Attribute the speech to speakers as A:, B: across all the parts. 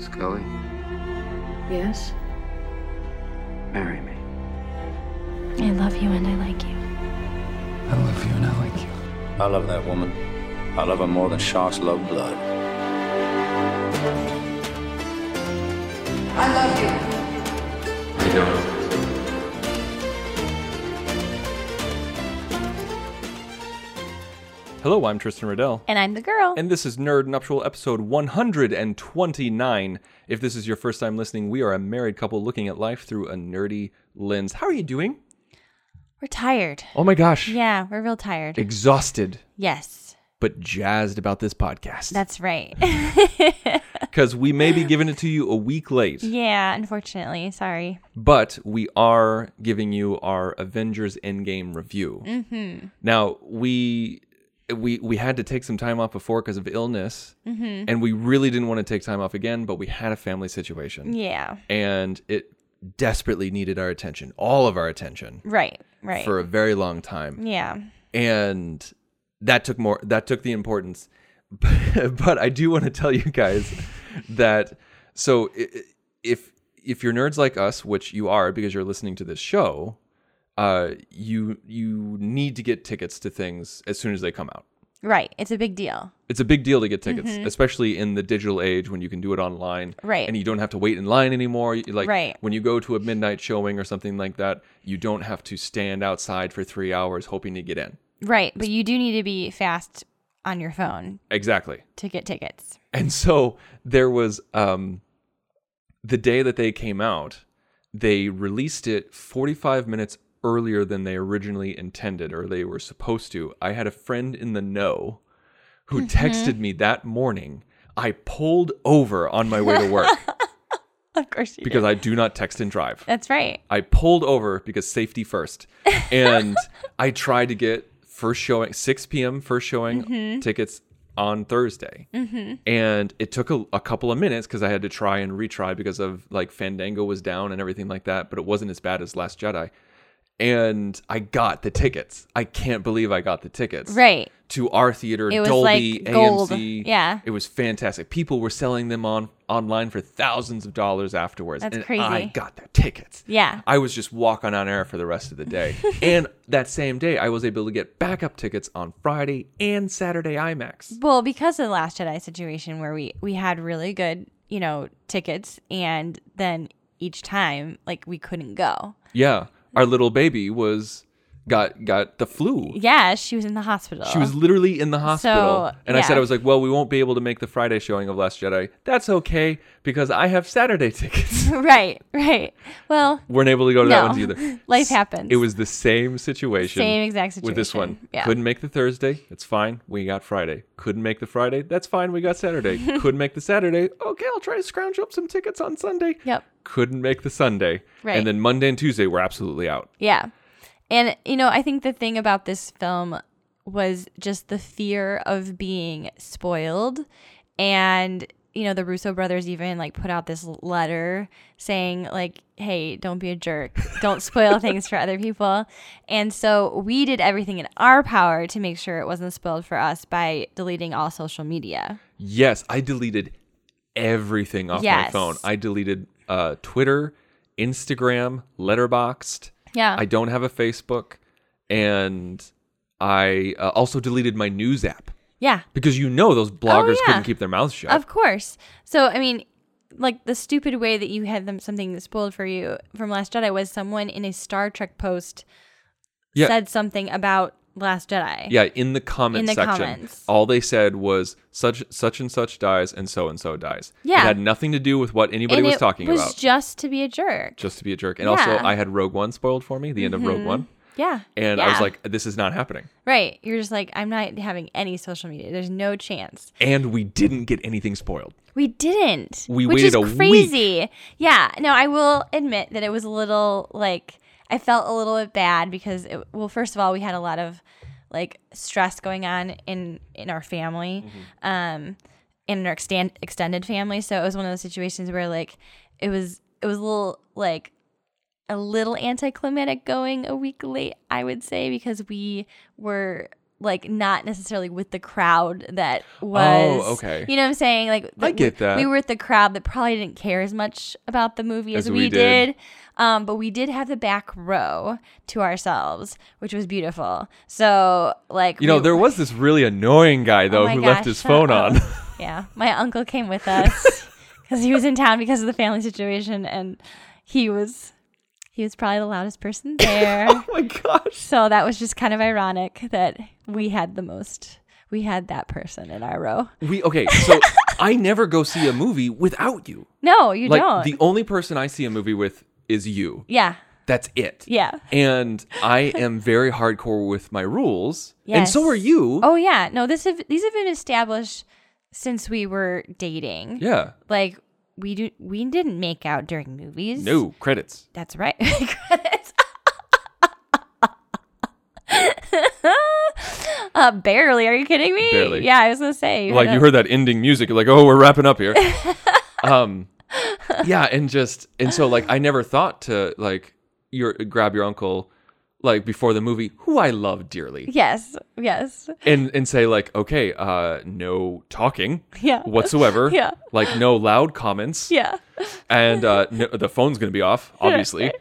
A: Scully,
B: Yes?
A: marry me.
C: I love you and I like you.
A: I love you and I like you.
D: I love that woman. I love her more than sharks love blood.
A: You don't.
E: Hello, I'm Tristan Riddell.
F: And I'm the girl.
E: And this is Nerd Nuptial episode 129. If this is your first time listening, we are a married couple looking at life through a nerdy lens. How are you doing?
F: we're tired.
E: Oh my gosh.
F: Yeah, we're real tired.
E: Exhausted,
F: yes,
E: but jazzed about this podcast.
F: that's right.
E: because we may be giving it to you a week late,
F: yeah, unfortunately. Sorry.
E: but we are giving you our Avengers Endgame review. Mm-hmm. Now, we. We, we had to take some time off before because of illness, mm-hmm. and we really didn't want to take time off again, but we had a family situation.
F: Yeah.
E: and it desperately needed our attention, all of our attention,
F: Right, right.
E: for a very long time.
F: yeah.
E: And that took more. That took the importance. but I do want to tell you guys that so i- i- if if you're nerds like us, which you are because you're listening to this show, uh, you you need to get tickets to things as soon as they come out.
F: Right. It's a big deal.
E: It's a big deal to get tickets, especially in the digital age when you can do it online.
F: Mm-hmm. Right.
E: And you don't have to wait in line anymore. You- Like
F: Right.
E: when you go to a midnight showing or something like that, you don't have to stand outside for three hours hoping to get in.
F: Right. But you do need to be fast on your phone
E: Exactly.
F: to get tickets.
E: And so there was um the day that they came out, they released it 45 minutes earlier than they originally intended or they were supposed to. I had a friend in the know who texted me that morning. I pulled over on my way to work
F: Of course you
E: because
F: do.
E: I do not text and drive.
F: That's right.
E: I pulled over because safety first. And I tried to get first showing, 6 p.m. first showing tickets on Thursday. And it took a, a couple of minutes because I had to try and retry because of like Fandango was down and everything like that. But it wasn't as bad as Last Jedi. And I got the tickets. I can't believe I got the tickets.
F: Right.
E: To our theater,
F: It was,
E: Dolby,
F: like, gold.
E: AMC.
F: Yeah.
E: It was fantastic. People were selling them on online for thousands of dollars afterwards.
F: That's
E: and
F: crazy.
E: I got the tickets.
F: Yeah.
E: I was just walking on air for the rest of the day. and that same day, I was able to get backup tickets on Friday and Saturday IMAX.
F: Well, because of the Last Jedi situation where we we had really good, you know, tickets and then each time like we couldn't go.
E: Yeah, our little baby was got got the flu.
F: Yeah, she was in the hospital.
E: She was literally in the hospital.
F: So,
E: and I said,
F: yeah.
E: I was like, well, we won't be able to make the Friday showing of Last Jedi. That's okay because I have Saturday tickets.
F: right, right. Well,
E: Weren't able to go to that
F: No.
E: one either.
F: Life
E: S-
F: happens.
E: It was the same situation.
F: Same exact
E: With this
F: situation.
E: one.
F: Yeah.
E: Couldn't make the Thursday. It's fine. We got Friday. Couldn't make the Friday. That's fine. We got Saturday. Couldn't make the Saturday. Okay, I'll try to scrounge up some tickets on Sunday.
F: Yep.
E: Couldn't make the Sunday.
F: Right.
E: And then Monday and Tuesday were absolutely out.
F: Yeah. And, you know, I think the thing about this film was just the fear of being spoiled. And, you know, the Russo brothers even like put out this letter saying, like, hey, don't be a jerk. Don't spoil things for other people. And so we did everything in our power to make sure it wasn't spoiled for us by deleting all social media.
E: Yes, I deleted everything off my
F: Yes.
E: phone. I deleted uh, Twitter, Instagram, Letterboxd.
F: Yeah.
E: I don't have a Facebook, and I uh, also deleted my news app
F: yeah.
E: because you know those bloggers
F: Oh, yeah.
E: couldn't keep their mouths shut.
F: Of course. So I mean, like the stupid way that you had them something spoiled for you from Last Jedi was someone in a Star Trek post
E: yeah,
F: said something about Last Jedi.
E: yeah. In the comment
F: In the
E: section,
F: comments.
E: all they said was such such and such dies, and so and so dies.
F: Yeah.
E: it had nothing to do with what anybody
F: and
E: was
F: it
E: talking
F: was
E: about.
F: just to be a jerk.
E: just to be a jerk, and also
F: Yeah.
E: I had Rogue One spoiled for me. The end of Rogue One.
F: Yeah.
E: And I was
F: Yeah.
E: like, this is not happening.
F: Right. You're just like, I'm not having any social media. There's no chance.
E: And we didn't get anything spoiled.
F: We didn't.
E: We
F: which
E: waited a
F: is
E: week.
F: crazy. Yeah. No, I will admit that it was a little like I felt a little bit bad because it, well, first of all, we had a lot of like stress going on in in our family,
E: Mm-hmm.
F: um, in our extend, extended family. So it was one of those situations where like it was it was a little like a little anticlimactic going a week late, I would say, because we were like not necessarily with the crowd that was
E: Oh, okay.
F: you know what i'm saying like
E: I
F: th-
E: get
F: we-
E: that.
F: We were at the crowd that probably didn't care as much about the movie as,
E: As
F: we,
E: we
F: did.
E: did.
F: Um, but we did have the back row to ourselves, which was beautiful. So, like,
E: You know,
F: we-
E: there was this really annoying guy,
F: Oh
E: though,
F: my
E: who
F: gosh, Oh
E: left his
F: shut
E: phone
F: up.
E: on.
F: yeah, my uncle came with us because he was in town because of the family situation, and he was he was probably the loudest person there.
E: oh my gosh.
F: so that was just kind of ironic that we had the most. We had that person in our row.
E: We, okay, so I never go see a movie without you.
F: No, you
E: like,
F: don't.
E: the only person I see a movie with is you.
F: yeah,
E: That's it.
F: yeah.
E: And I am very hardcore with my rules. And so
F: Yes.
E: are you.
F: Oh yeah, no. This have these have been established since we were dating.
E: Yeah.
F: Like we do, we didn't make out during movies.
E: No credits.
F: that's right. uh, barely. Are you kidding me?
E: Barely.
F: Yeah, I was gonna say.
E: like you
F: a-
E: heard that ending music you're like oh we're wrapping up here um yeah and just and so like i never thought to like your grab your uncle like before the movie who i love dearly
F: Yes. Yes.
E: and and say like okay uh no talking
F: Yeah.
E: whatsoever
F: Yeah.
E: like no loud comments
F: Yeah.
E: and uh no, the phone's gonna be off obviously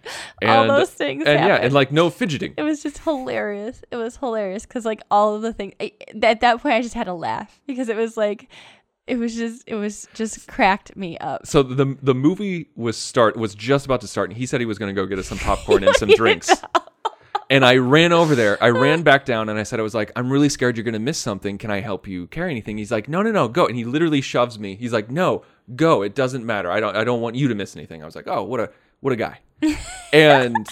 E: and
F: All those things
E: and yeah
F: happen.
E: and like no fidgeting
F: It was just hilarious. It was hilarious because like all of the things I, at that point, I just had to laugh because it was like, it was just, it was just cracked me up.
E: so the the movie was start was just about to start, and he said he was going to go get us some popcorn and some drinks. And I ran over there. I ran back down, and I said, "I was like, I'm really scared you're going to miss something. Can I help you carry anything?" He's like, "No, no, no, go!" And he literally shoves me. He's like, "No, go. It doesn't matter. I don't. I don't want you to miss anything." I was like, "Oh, what a what a guy." and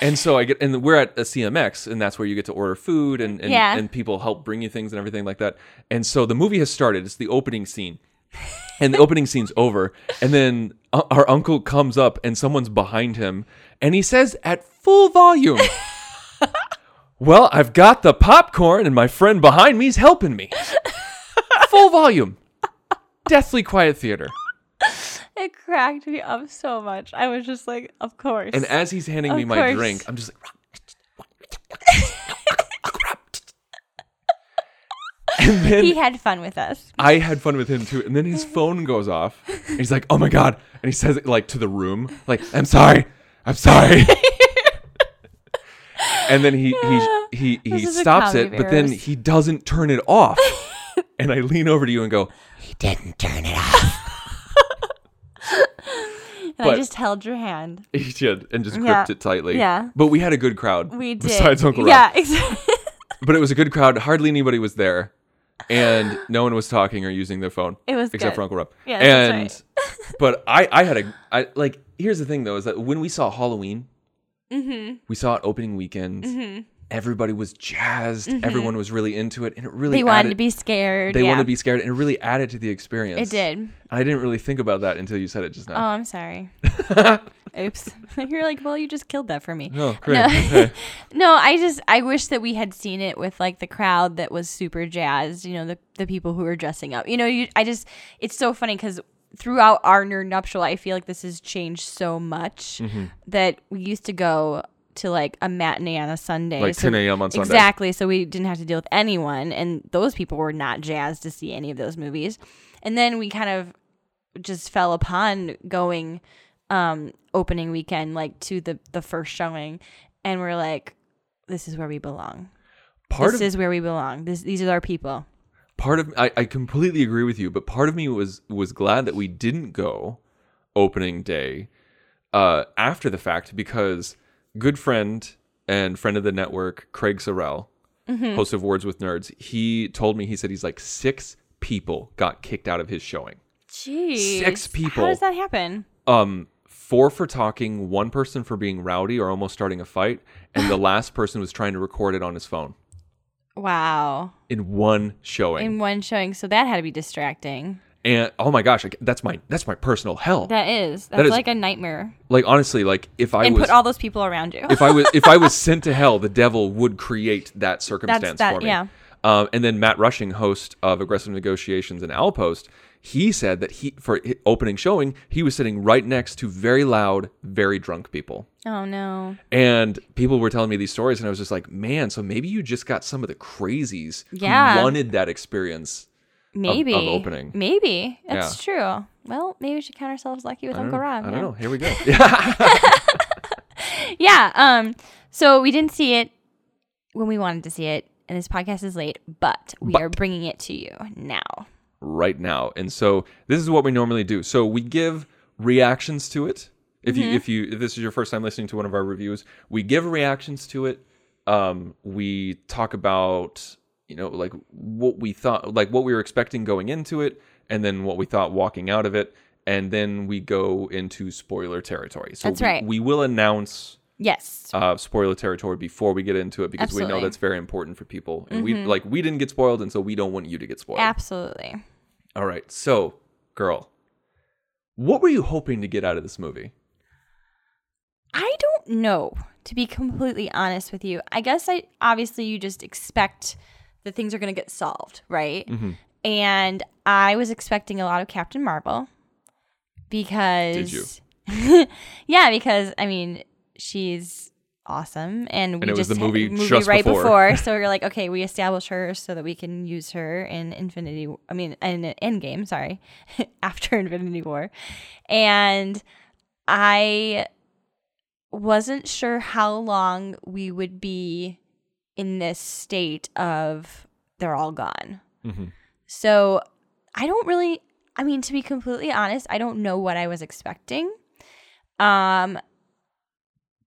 E: and so I get and we're at a CMX, and that's where you get to order food, and and,
F: Yeah.
E: and people help bring you things and everything like that. And so the movie has started. It's the opening scene and the opening scene's over and then uh, our uncle comes up and someone's behind him and he says at full volume well i've got the popcorn and my friend behind me's helping me full volume deathly quiet theater
F: It cracked me up so much. I was just like, of course.
E: and as he's handing me
F: Of
E: my
F: course.
E: drink i'm just like and then
F: he had fun with us.
E: I had fun with him too. And then his phone goes off. And he's like, oh my God. And he says it like to the room, like, I'm sorry. I'm sorry. and then he he he he
F: This is a
E: stops
F: comedy
E: it, but then
F: virus.
E: he doesn't turn it off. and I lean over to you and go,
F: And I
E: But-
F: just held your hand.
E: he did, and just gripped
F: Yeah.
E: it tightly.
F: Yeah.
E: But we had a good crowd.
F: We did.
E: Besides Uncle Rob.
F: Yeah, exactly.
E: But it was a good crowd. Hardly anybody was there. And no one was talking or using their phone.
F: It was
E: except
F: good.
E: for Uncle Rob.
F: Yeah,
E: and
F: that's
E: but I I had a I like here's the thing though is that when we saw Halloween,
F: Mm-hmm.
E: we saw it opening weekend. Everybody was jazzed. Everyone was really into it, and it really
F: Mm-hmm. they wanted
E: added-
F: to be scared.
E: They
F: yeah.
E: wanted to be scared, and it really added to the experience.
F: It did.
E: I didn't really think about that until you said it just
F: Oh,
E: now.
F: I'm sorry. Oops. You're like, well, you just killed that for me.
E: oh, great.
F: No.
E: Okay.
F: No, I just I wish that we had seen it with like the crowd that was super jazzed. You know, the the people who were dressing up. You know, you I just it's so funny because throughout our nerd nuptial, I feel like this has changed so much
E: Mm-hmm.
F: that we used to go to like a matinee on a Sunday,
E: Like 10 a.m. on Sunday.
F: Exactly. So we didn't have to deal with anyone, and those people were not jazzed to see any of those movies. And then we kind of just fell upon going um opening weekend like to the the first showing and we're like this is where we belong
E: Part
F: this
E: of
F: is where we belong this these are our people
E: part of I, I completely agree with you, but part of me was was glad that we didn't go opening day uh, after the fact because good friend and friend of the network Craig Sorrell, host of Words with Nerds, he told me he said he's like six people got kicked out of his showing.
F: jeez
E: Six people.
F: how does that happen
E: Um, four for talking, one person for being rowdy or almost starting a fight, and the last person was trying to record it on his phone
F: Wow.
E: in one showing.
F: In one showing, so that had to be distracting.
E: and oh my gosh, I, that's my that's my personal hell.
F: That is. That's
E: That is-
F: like a nightmare.
E: like honestly, like if I
F: and
E: was
F: put all those people around you.
E: if I was if I was sent to hell, the devil would create that circumstance
F: that-
E: for me.
F: yeah.
E: Um, and then Matt Rushing, host of Aggressive Negotiations and Outpost, he said that he for hi- opening showing he was sitting right next to very loud, very drunk people,
F: oh no.
E: and people were telling me these stories, and I was just like, man, so maybe you just got some of the crazies
F: Yeah.
E: who wanted that experience.
F: Maybe.
E: opening.
F: Maybe. That's true. Well, maybe we should count ourselves lucky with
E: I don't,
F: Uncle
E: know.
F: Rob.
E: I
F: yeah.
E: don't know. Here we go.
F: Yeah. Um. So we didn't see it when we wanted to see it, and this podcast is late, but we are bringing it to you now.
E: right now. And so this is what we normally do. So we give reactions to it. If
F: Mm-hmm.
E: you if you if this is your first time listening to one of our reviews, we give reactions to it. Um, we talk about you know like what we thought, like what we were expecting going into it, and then what we thought walking out of it, and then we go into spoiler territory. So
F: That's
E: we,
F: right.
E: We will announce
F: Yes.
E: uh, spoiler territory before we get into it because we know
F: Absolutely. Mm-hmm.
E: that's very important for people, and we like we didn't get spoiled, and so we don't want you to get spoiled.
F: Absolutely.
E: All right. So, girl, what were you hoping to get out of this movie?
F: I don't know, to be completely honest with you. I guess I obviously you just expect that things are going to get solved, right? And I was expecting a lot of Captain Marvel because yeah, because I mean, she's awesome and we
E: it was
F: just
E: the
F: had-
E: movie just
F: right
E: before.
F: so you're like, okay, we establish her so that we can use her in Infinity I mean, in Endgame, sorry, after Infinity War. And I wasn't sure how long we would be in this state of they're all gone.
E: Mm-hmm.
F: So I don't really, I mean, to be completely honest, I don't know what I was expecting. Um,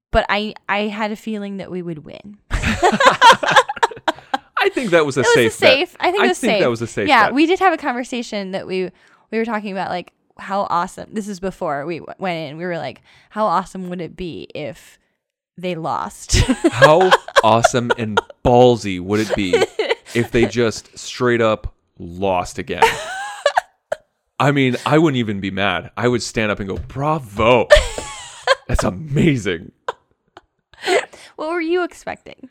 F: but I, I had a feeling that we would win.
E: I think that was a
F: It was
E: safe.
F: a safe.
E: Bet.
F: I think it was safe.
E: that was a safe.
F: Yeah,
E: bet.
F: we did have a conversation that we we were talking about like how awesome. This is before we w- went in. We were like, how awesome would it be if they lost?
E: How awesome and ballsy would it be if they just straight up lost again? I mean, I wouldn't even be mad. I would stand up and go, "Bravo! That's amazing."
F: what were you expecting?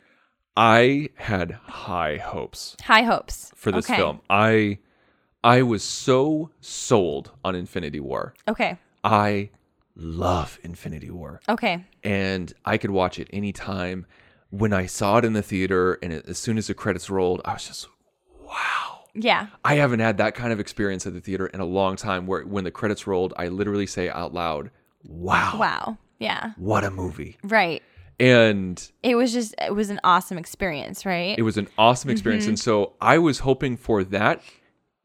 E: I had high hopes.
F: High hopes
E: for this
F: Okay.
E: film. I I was so sold on Infinity War.
F: Okay.
E: I love Infinity War.
F: Okay.
E: And I could watch it anytime. When I saw it in the theater and it, as soon as the credits rolled, I was just
F: Yeah.
E: I haven't had that kind of experience at the theater in a long time where when the credits rolled, I literally say out loud, "Wow.
F: Wow. Yeah.
E: What a movie."
F: Right.
E: And
F: It was just it was an awesome experience, right?
E: it was an awesome experience and so I was hoping for that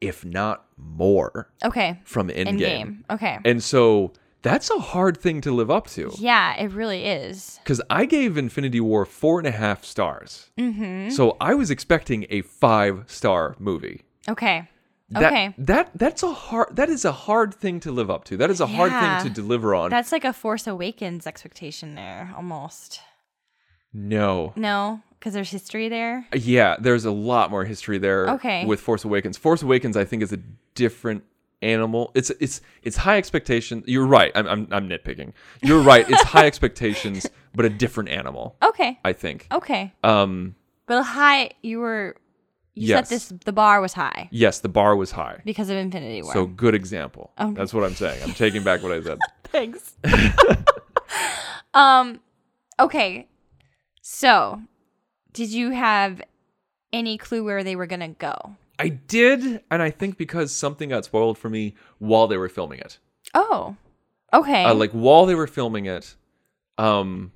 E: if not more
F: okay.
E: from
F: End
E: Endgame.
F: game. Okay.
E: And so that's a hard thing to live up to.
F: yeah, it really is.
E: Because I gave Infinity War four and a half stars.
F: Mm-hmm.
E: So I was expecting a five star movie.
F: Okay.
E: That,
F: okay.
E: That that's a hard that is a hard thing to live up to. That is a hard
F: Yeah.
E: thing to deliver on.
F: That's like a Force Awakens expectation there, almost.
E: no.
F: No, because there's history there.
E: Yeah, there's a lot more history there
F: Okay.
E: with Force Awakens. Force Awakens I think is a different animal. It's it's it's high expectation. You're right. I'm I'm, I'm nitpicking. You're right. It's high expectations, but a different animal.
F: Okay.
E: I think.
F: Okay.
E: Um
F: But high, you were, you
E: Yes.
F: said this, the bar was high
E: Yes, the bar was high.
F: because of Infinity War.
E: So good example. That's what I'm saying. I'm taking back what I said.
F: thanks. um, okay. So, did you have any clue where they were going to go?
E: I did, and I think because something got spoiled for me while they were filming it.
F: Oh, okay.
E: Uh, like while they were filming it, um,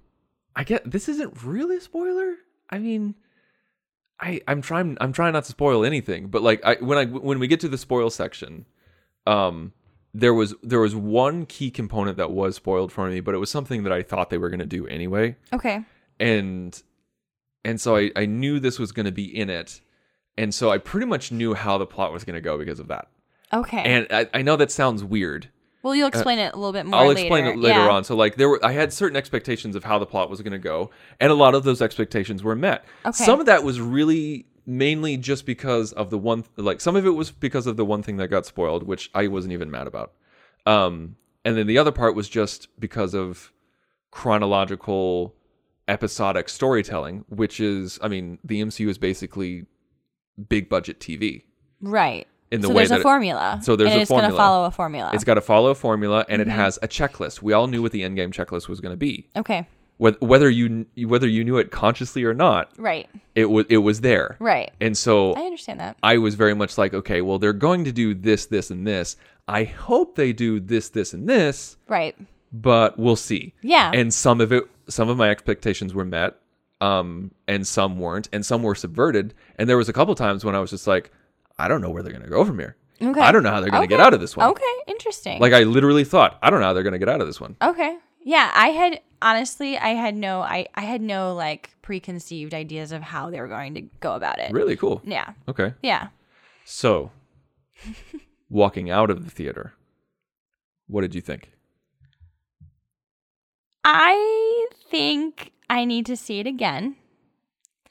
E: I get this isn't really a spoiler. I mean, I I'm trying I'm trying not to spoil anything, but like I when I when we get to the spoil section, um, there was there was one key component that was spoiled for me, but it was something that I thought they were gonna do anyway.
F: okay.
E: and and so I, I knew this was going to be in it and so i pretty much knew how the plot was going to go because of that
F: Okay.
E: and I, I know that sounds weird
F: Well, you'll explain it a little bit more.
E: uh, I'll explain it later
F: Yeah.
E: on. So like there were I had certain expectations of how the plot was going to go, and a lot of those expectations were met.
F: Okay.
E: Some of that was really mainly just because of the one like some of it was because of the one thing that got spoiled, which I wasn't even mad about. Um and then the other part was just because of chronological episodic storytelling, which is I mean, the MCU is basically big budget TV.
F: Right.
E: in the
F: so
E: way
F: there's
E: that
F: a
E: it-
F: formula.
E: so there's
F: and
E: a
F: it's going to
E: formula.
F: follow a formula.
E: It's got to follow a formula and
F: Mm-hmm.
E: it has a checklist. We all knew what the endgame checklist was going to be.
F: okay.
E: Wheth- whether you kn- whether you knew it consciously or not,
F: Right.
E: it was it was there.
F: Right.
E: And so
F: I understand that.
E: I was very much like, okay, well they're going to do this, this, and this. I hope they do this, this, and this,
F: Right.
E: but we'll see.
F: Yeah.
E: And some of it, some of my expectations were met, um, and some weren't, and some were subverted. And there was a couple times when I was just like, I don't know where they're going to go from here.
F: Okay.
E: I don't know how they're going to
F: Okay.
E: get out of this one.
F: Okay. Interesting.
E: Like I literally thought, I don't know how they're going to get out of this one.
F: Okay. Yeah, I had honestly, I had no, I, I had no like preconceived ideas of how they were going to go about it.
E: Really cool.
F: Yeah.
E: Okay.
F: Yeah.
E: So, walking out of the theater, what did you think?
F: I think I need to see it again.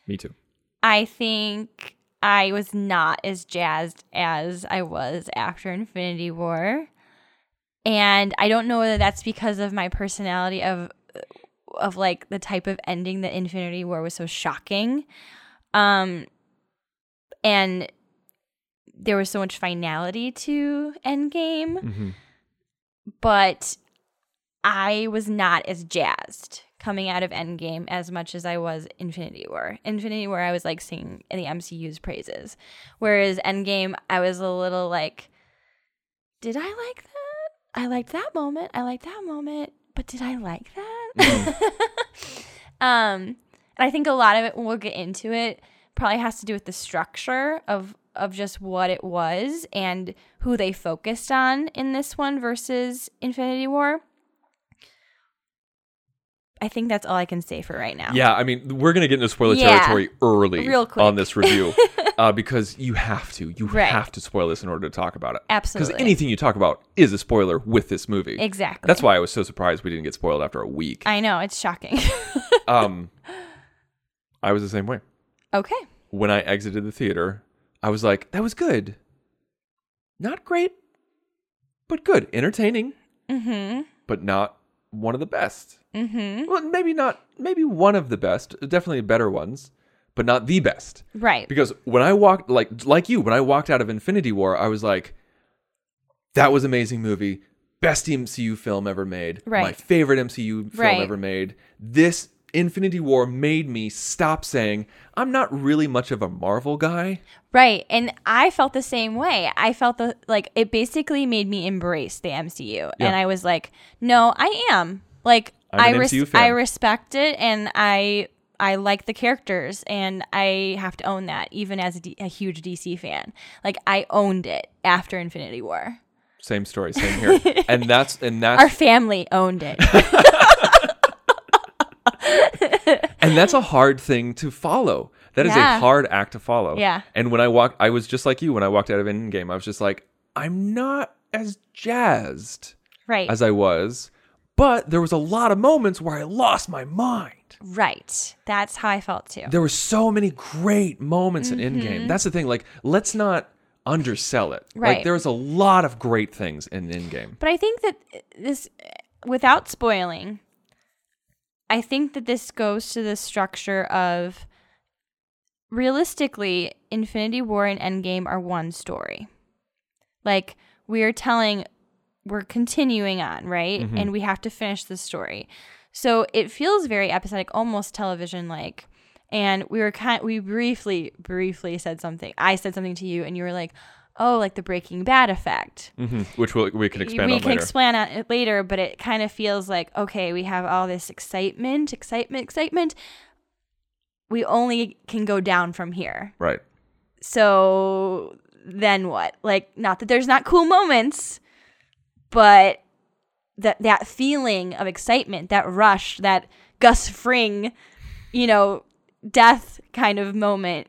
E: Me too.
F: I think I was not as jazzed as I was after Infinity War. And I don't know whether that's because of my personality of of like the type of ending that Infinity War was so shocking. Um and there was so much finality to Endgame but I was not as jazzed coming out of Endgame as much as I was Infinity War. Infinity War, I was like singing the MCU's praises, whereas Endgame, I was a little like, did I like that? I liked that moment. I liked that moment, but did I like that?
E: Mm.
F: um, and I think a lot of it we'll get into it probably has to do with the structure of of just what it was and who they focused on in this one versus Infinity War. I think that's all I can say for right now.
E: Yeah, I mean, we're gonna get into spoiler
F: Yeah.
E: territory early
F: Real quick.
E: on this review uh, because you have to, you
F: Right.
E: have to spoil this in order to talk about it.
F: Absolutely.
E: Because anything you talk about is a spoiler with this movie.
F: Exactly.
E: That's why I was so surprised we didn't get spoiled after a week.
F: I know it's shocking.
E: um, I was the same way.
F: okay.
E: when I exited the theater, I was like, that was good. Not great, but good. Entertaining,
F: Mhm.
E: but not one of the best.
F: Mhm.
E: Well, maybe not, maybe one of the best, definitely better ones, but not the best.
F: Right.
E: Because when I walked, like, like you, when I walked out of Infinity War, I was like, that was amazing movie. Best MCU film ever made. My
F: Right.
E: favorite MCU film
F: Right.
E: ever made. This Infinity War made me stop saying, I'm not really much of a Marvel guy.
F: Right. And I felt the same way. I felt the like it basically made me embrace the MCU. And I was like, no, I am. Like
E: I'm
F: I
E: an
F: res-
E: MCU fan.
F: I respect it and I I like the characters and I have to own that even as a, D- a huge DC fan. Like I owned it after Infinity War.
E: Same story, same here. and that's and that's
F: Our family owned it.
E: and that's a hard thing to follow. That is
F: Yeah.
E: a hard act to follow.
F: Yeah.
E: And when I walked, I was just like you. When I walked out of Endgame, I was just like, I'm not as jazzed
F: right.
E: as I was, but there was a lot of moments where I lost my mind.
F: right. That's how I felt too.
E: There were so many great moments
F: Mm-hmm.
E: in Endgame. That's the thing. Like, let's not undersell it. Like,
F: Right.
E: there's a lot of great things in Endgame.
F: But I think that uh, this, without spoiling, I think that this goes to the structure of realistically, Infinity War and Endgame are one story. Like, we are telling, we're continuing on, right? And we have to finish the story. So it feels very episodic, almost television like. And we were kind we briefly, briefly said something. I said something to you, and you were like, oh, like the Breaking Bad effect
E: Mhm. Which we'll, we can expand
F: we
E: on
F: can
E: later.
F: explain on it later, but it kind of feels like okay, we have all this excitement, excitement, excitement. We only can go down from here.
E: right.
F: So then what? Like, not that there's not cool moments, but that that feeling of excitement, that rush, that Gus Fring, you know, death kind of moment,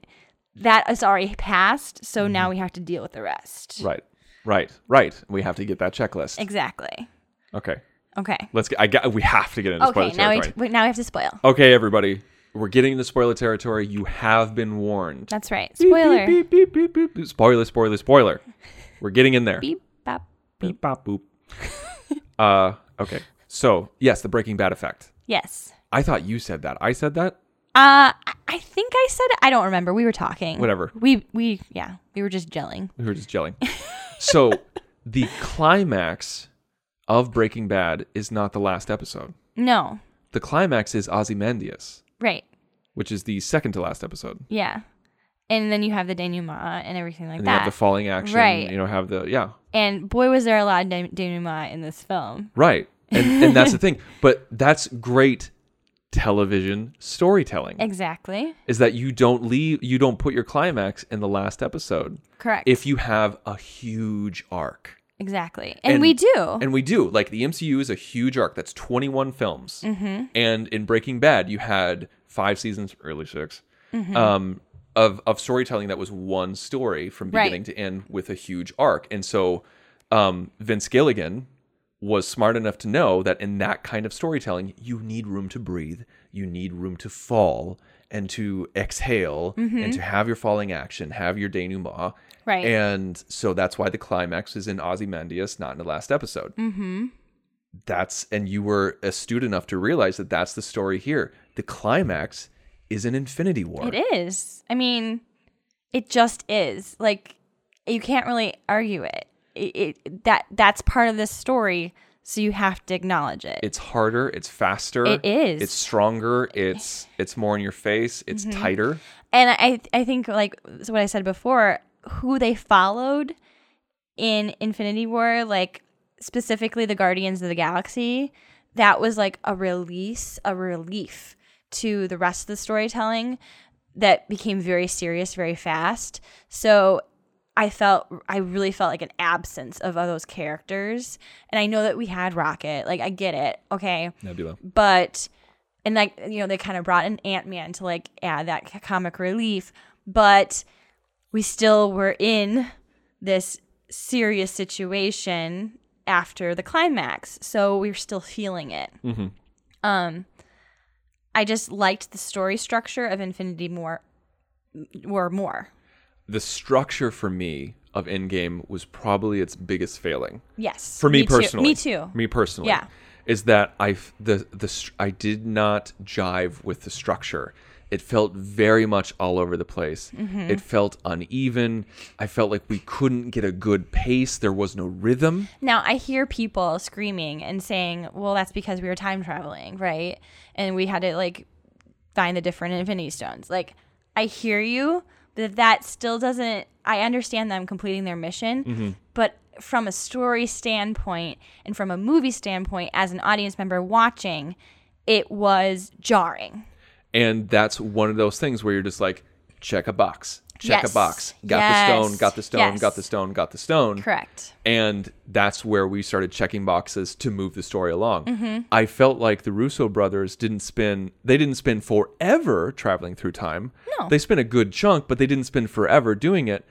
F: that is already passed. So now we have to deal with the rest.
E: Mm-hmm. Right. Right, right. We have to get that checklist.
F: Exactly.
E: Okay,
F: Okay.
E: let's get. I got. We have to get into spoiler
F: Okay. Now we,
E: territory.
F: we now we have to spoil.
E: okay, everybody, we're getting into spoiler territory. You have been warned.
F: That's right.
E: Beep, beep,
F: Spoiler.
E: Beep, beep, beep, beep, beep. Spoiler, spoiler, spoiler. We're getting in there.
F: Beep bop.
E: Beep, bop, boop. uh, okay. So yes, the Breaking Bad effect.
F: Yes.
E: I thought you said that. I said that.
F: Uh, I- I think I said I don't remember. We were talking.
E: Whatever.
F: We we yeah we were just gelling.
E: We were just gelling. so the climax of Breaking Bad is not the last episode.
F: No.
E: The climax is Ozymandias,
F: Right.
E: which is the second to last episode.
F: Yeah. And then you have the denouement and everything like
E: And you
F: that.
E: have the falling action.
F: Right.
E: You know, have the yeah.
F: and boy, was there a lot of den- denouement in this film.
E: Right. And and that's the thing. But that's great television storytelling.
F: Exactly.
E: is that you don't leave you don't put your climax in the last episode
F: Correct.
E: if you have a huge arc
F: exactly. And, we do.
E: and we do like the mcu is a huge arc that's 21 films
F: Mm-hmm.
E: and in breaking bad you had five seasons early 6
F: Mm-hmm.
E: um, of, of storytelling that was one story from
F: Right.
E: beginning to end with a huge arc and so um, vince gilligan was smart enough to know that in that kind of storytelling you need room to breathe you need room to fall and to exhale
F: Mm-hmm.
E: and to have your falling action have your denouement
F: Right.
E: and so that's why the climax is in Ozymandias, not in the last episode. Mm-hmm. That's and you were astute enough to realize that that's the story here. The climax is an Infinity War.
F: It is. I mean, it just is. Like you can't really argue it. It, it that that's part of this story, so you have to acknowledge it.
E: It's harder. It's faster.
F: It is. Mm-hmm.
E: It's stronger. It's it's more in your face. It's tighter.
F: and I I think like it's what I said before, who they followed in Infinity War, like specifically the Guardians of the Galaxy, that was like a release, a relief to the rest of the storytelling that became very serious very fast. So I felt I really felt like an absence of all those characters. And I know that we had Rocket. Like I get it. Okay
E: Nebula.
F: but and like you know they kind of brought in Ant Man to like add that c- comic relief, but we still were in this serious situation after the climax, so we were still feeling it.
E: Mm-hmm.
F: Um, I just liked the story structure of Infinity more, or more.
E: The structure for me of Endgame was probably its biggest failing.
F: Yes,
E: for me,
F: too.
E: personally.
F: Me too.
E: Me personally.
F: Yeah.
E: Is that I f- the the str- I did not jive with the structure. It felt very much all over the place.
F: Mm-hmm.
E: It felt uneven. I felt like we couldn't get a good pace. There was no rhythm.
F: Now I hear people screaming and saying, "Well, that's because we were time traveling, right? And we had to like find the different Infinity Stones." Like I hear you, but that still doesn't. I understand them completing their mission, but from a story standpoint and from a movie standpoint, as an audience member watching, it was jarring.
E: And that's one of those things where you're just like, check a box, check
F: Yes.
E: a box, got
F: Yes.
E: the stone, got the stone,
F: Yes.
E: got the stone, got the stone.
F: Correct.
E: and that's where we started checking boxes to move the story along. I felt like the Russo brothers didn't spend they didn't spend forever traveling through time.
F: No.
E: They spent a good chunk, but they didn't spend forever doing it.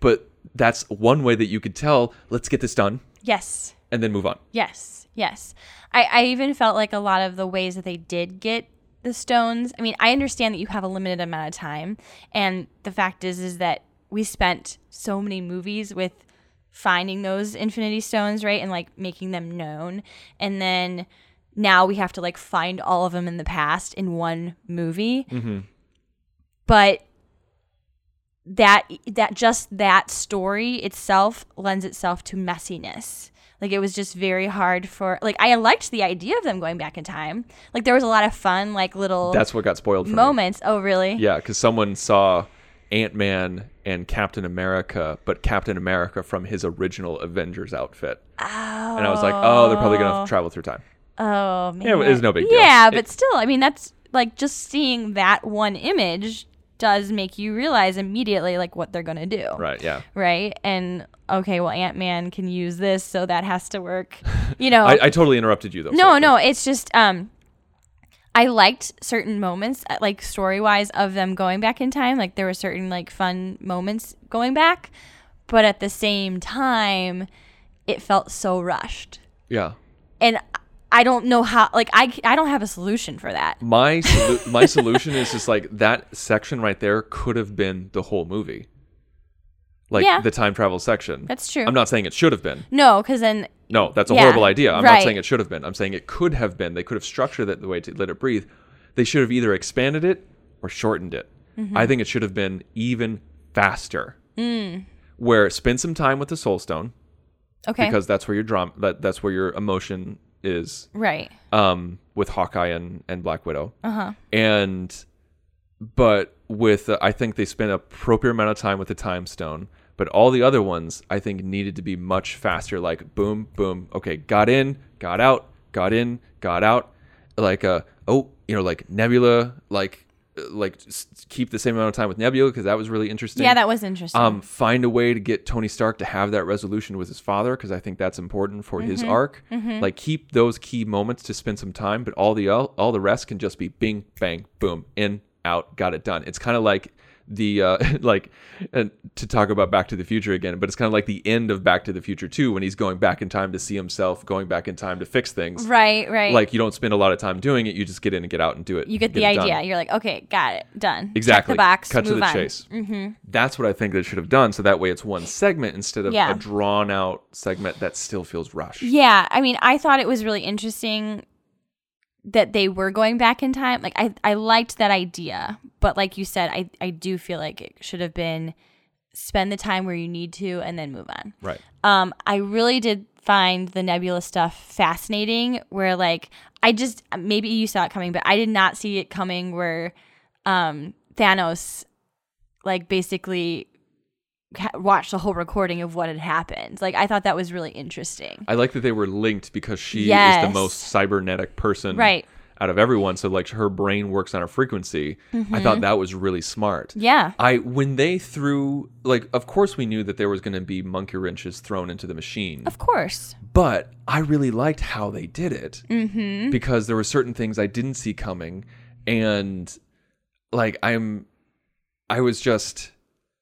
E: But that's one way that you could tell, let's get this done
F: Yes.
E: and then move on.
F: Yes, yes. I, I even felt like a lot of the ways that they did get the stones. I mean, I understand that you have a limited amount of time, and the fact is, is that we spent so many movies with finding those Infinity Stones, right, and like making them known, and then now we have to like find all of them in the past in one movie.
E: Mm-hmm.
F: But that that just that story itself lends itself to messiness. Like it was just very hard for like I liked the idea of them going back in time. Like there was a lot of fun like little
E: That's what got spoiled for me.
F: moments. Oh really?
E: Yeah, because someone saw Ant Man and Captain America, but Captain America from his original Avengers outfit. Oh. And I was like, oh, they're probably gonna travel through time.
F: Oh man.
E: Yeah, it was no big deal.
F: Yeah,
E: It-
F: but still, I mean that's like just seeing that one image does make you realize immediately like what they're going to do.
E: Right, yeah.
F: Right? And okay, well Ant-Man can use this, so that has to work. You know.
E: I, I totally interrupted you though.
F: Oh. No,
E: so-
F: no, it's just um I liked certain moments uh, like story-wise of them going back in time, like there were certain like fun moments going back, but at the same time, it felt so rushed.
E: Yeah.
F: And I don't know how, like, I, I don't have a solution for that.
E: My solu- my solution is just like that section right there could have been the whole movie. Like
F: Yeah.
E: the time travel section.
F: That's true.
E: I'm not saying it should have been.
F: No, because then,
E: No, that's a
F: Yeah,
E: horrible idea. I'm not
F: right.
E: saying it should have been. I'm saying it could have been. They could have structured it the way to let it breathe. They should have either expanded it or shortened it.
F: Mm-hmm.
E: I think it should have been even faster.
F: Mm.
E: Where spend some time with the soul stone
F: okay.
E: because that's where your drama that, that's where your emotion is
F: right.
E: um, with Hawkeye and, and Black Widow.
F: Uh-huh.
E: And, but with, uh, I think they spent an appropriate amount of time with the Time Stone. But all the other ones, I think, needed to be much faster. Like, boom, boom. Okay, got in, got out, got in, got out. Like, uh, oh, you know, like Nebula, like, uh, like s- keep the same amount of time with Nebula because that was really interesting.
F: Yeah, that was interesting.
E: Um, find a way to get Tony Stark to have that resolution with his father because I think that's important for
F: Mm-hmm.
E: his arc. Like keep those key moments to spend some time, but all the all, all the rest can just be bing bang boom in out got it done. It's kind of like the uh like and to talk about back to the future again but it's kind of like the end of back to the future too when he's going back in time to see himself going back in time to fix things
F: right, right.
E: like you don't spend a lot of time doing it you just get in and get out and do it
F: you get, the
E: it done.
F: idea. You're like, okay, got it, done. Check
E: Exactly.
F: the box.
E: Cut
F: move
E: to the
F: on.
E: chase. Mm-hmm. That's what I think they should have done. So that way, it's one segment instead of
F: Yeah.
E: a drawn out segment that still feels rushed.
F: Yeah, I mean, I thought it was really interesting that they were going back in time. Like, I I liked that idea, but like you said, I I do feel like it should have been spend the time where you need to and then move on.
E: Right.
F: Um, I really did find the nebula stuff fascinating. Where like I just maybe you saw it coming, but I did not see it coming. Where um Thanos like basically ha- watched the whole recording of what had happened. Like I thought that was really interesting.
E: I like that they were linked because she is
F: Yes.
E: the most cybernetic person
F: Right.
E: out of everyone. So like her brain works on a frequency. I thought that was really smart.
F: Mm-hmm. Yeah.
E: I when they threw like of course we knew that there was going to be monkey wrenches thrown into the machine.
F: Of course.
E: but I really liked how they did it because there were certain things I didn't see coming, and like I'm, I was just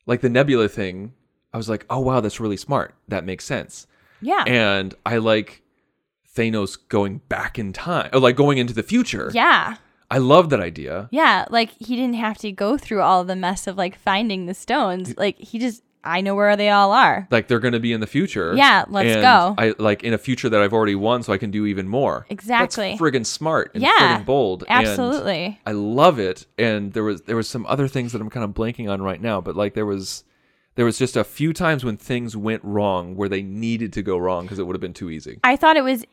E: like the Nebula thing. I was like, oh wow, that's really smart. That makes sense.
F: Yeah.
E: And I like Thanos going back in time, or like going into the future.
F: yeah.
E: I love that idea.
F: Yeah. Like he didn't have to go through all the mess of like finding the stones. Like he just, I know where they all are.
E: Like they're going to be in the future.
F: Yeah, let's
E: And
F: go.
E: I like in a future that I've already won, so I can do even more.
F: Exactly.
E: That's friggin' smart and
F: Yeah,
E: friggin' bold. and
F: absolutely.
E: I love it. And there was there was some other things that I'm kind of blanking on right now, but like there was there was just a few times when things went wrong where they needed to go wrong because it would have been too easy.
F: I thought it was.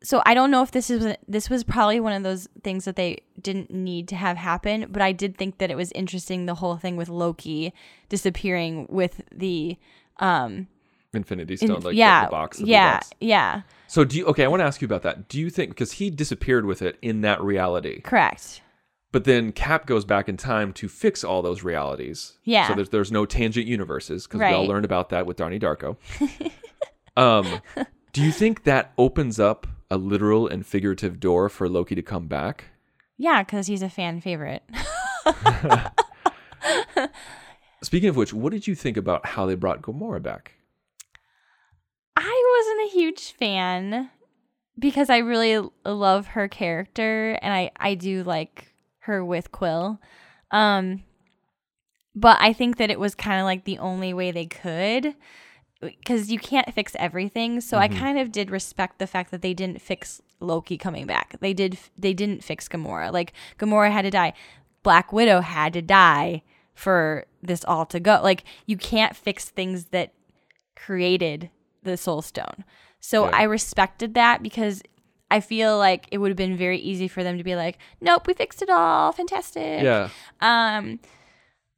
F: So I don't know if this is this was probably one of those things that they didn't need to have happen, but I did think that it was interesting the whole thing with Loki disappearing with the um
E: Infinity
F: in-
E: Stone, like the-
F: yeah
E: the, box. the big
F: yeah
E: box.
F: yeah
E: So do you, okay, I want to ask you about that. Do you think because he disappeared with it in that reality?
F: correct
E: But then Cap goes back in time to fix all those realities.
F: Yeah.
E: So there's there's no tangent universes because we all
F: Right.
E: learned about that with Donnie Darko. um, do you think that opens up a literal and figurative door for Loki to come back?
F: yeah because he's a fan favorite.
E: Speaking of which, what did you think about how they brought Gamora back?
F: I wasn't a huge fan because I really l- love her character and I I do like her with Quill. Um but I think that it was kind of like the only way they could cuz you can't fix everything. So
E: Mm-hmm.
F: I kind of did respect the fact that they didn't fix Loki coming back. They did f- they didn't fix Gamora. Like Gamora had to die. Black Widow had to die for this all to go. Like you can't fix things that created the soul stone. So
E: Yeah.
F: I respected that because I feel like it would have been very easy for them to be like, "Nope, we fixed it all. Fantastic."
E: Yeah.
F: Um,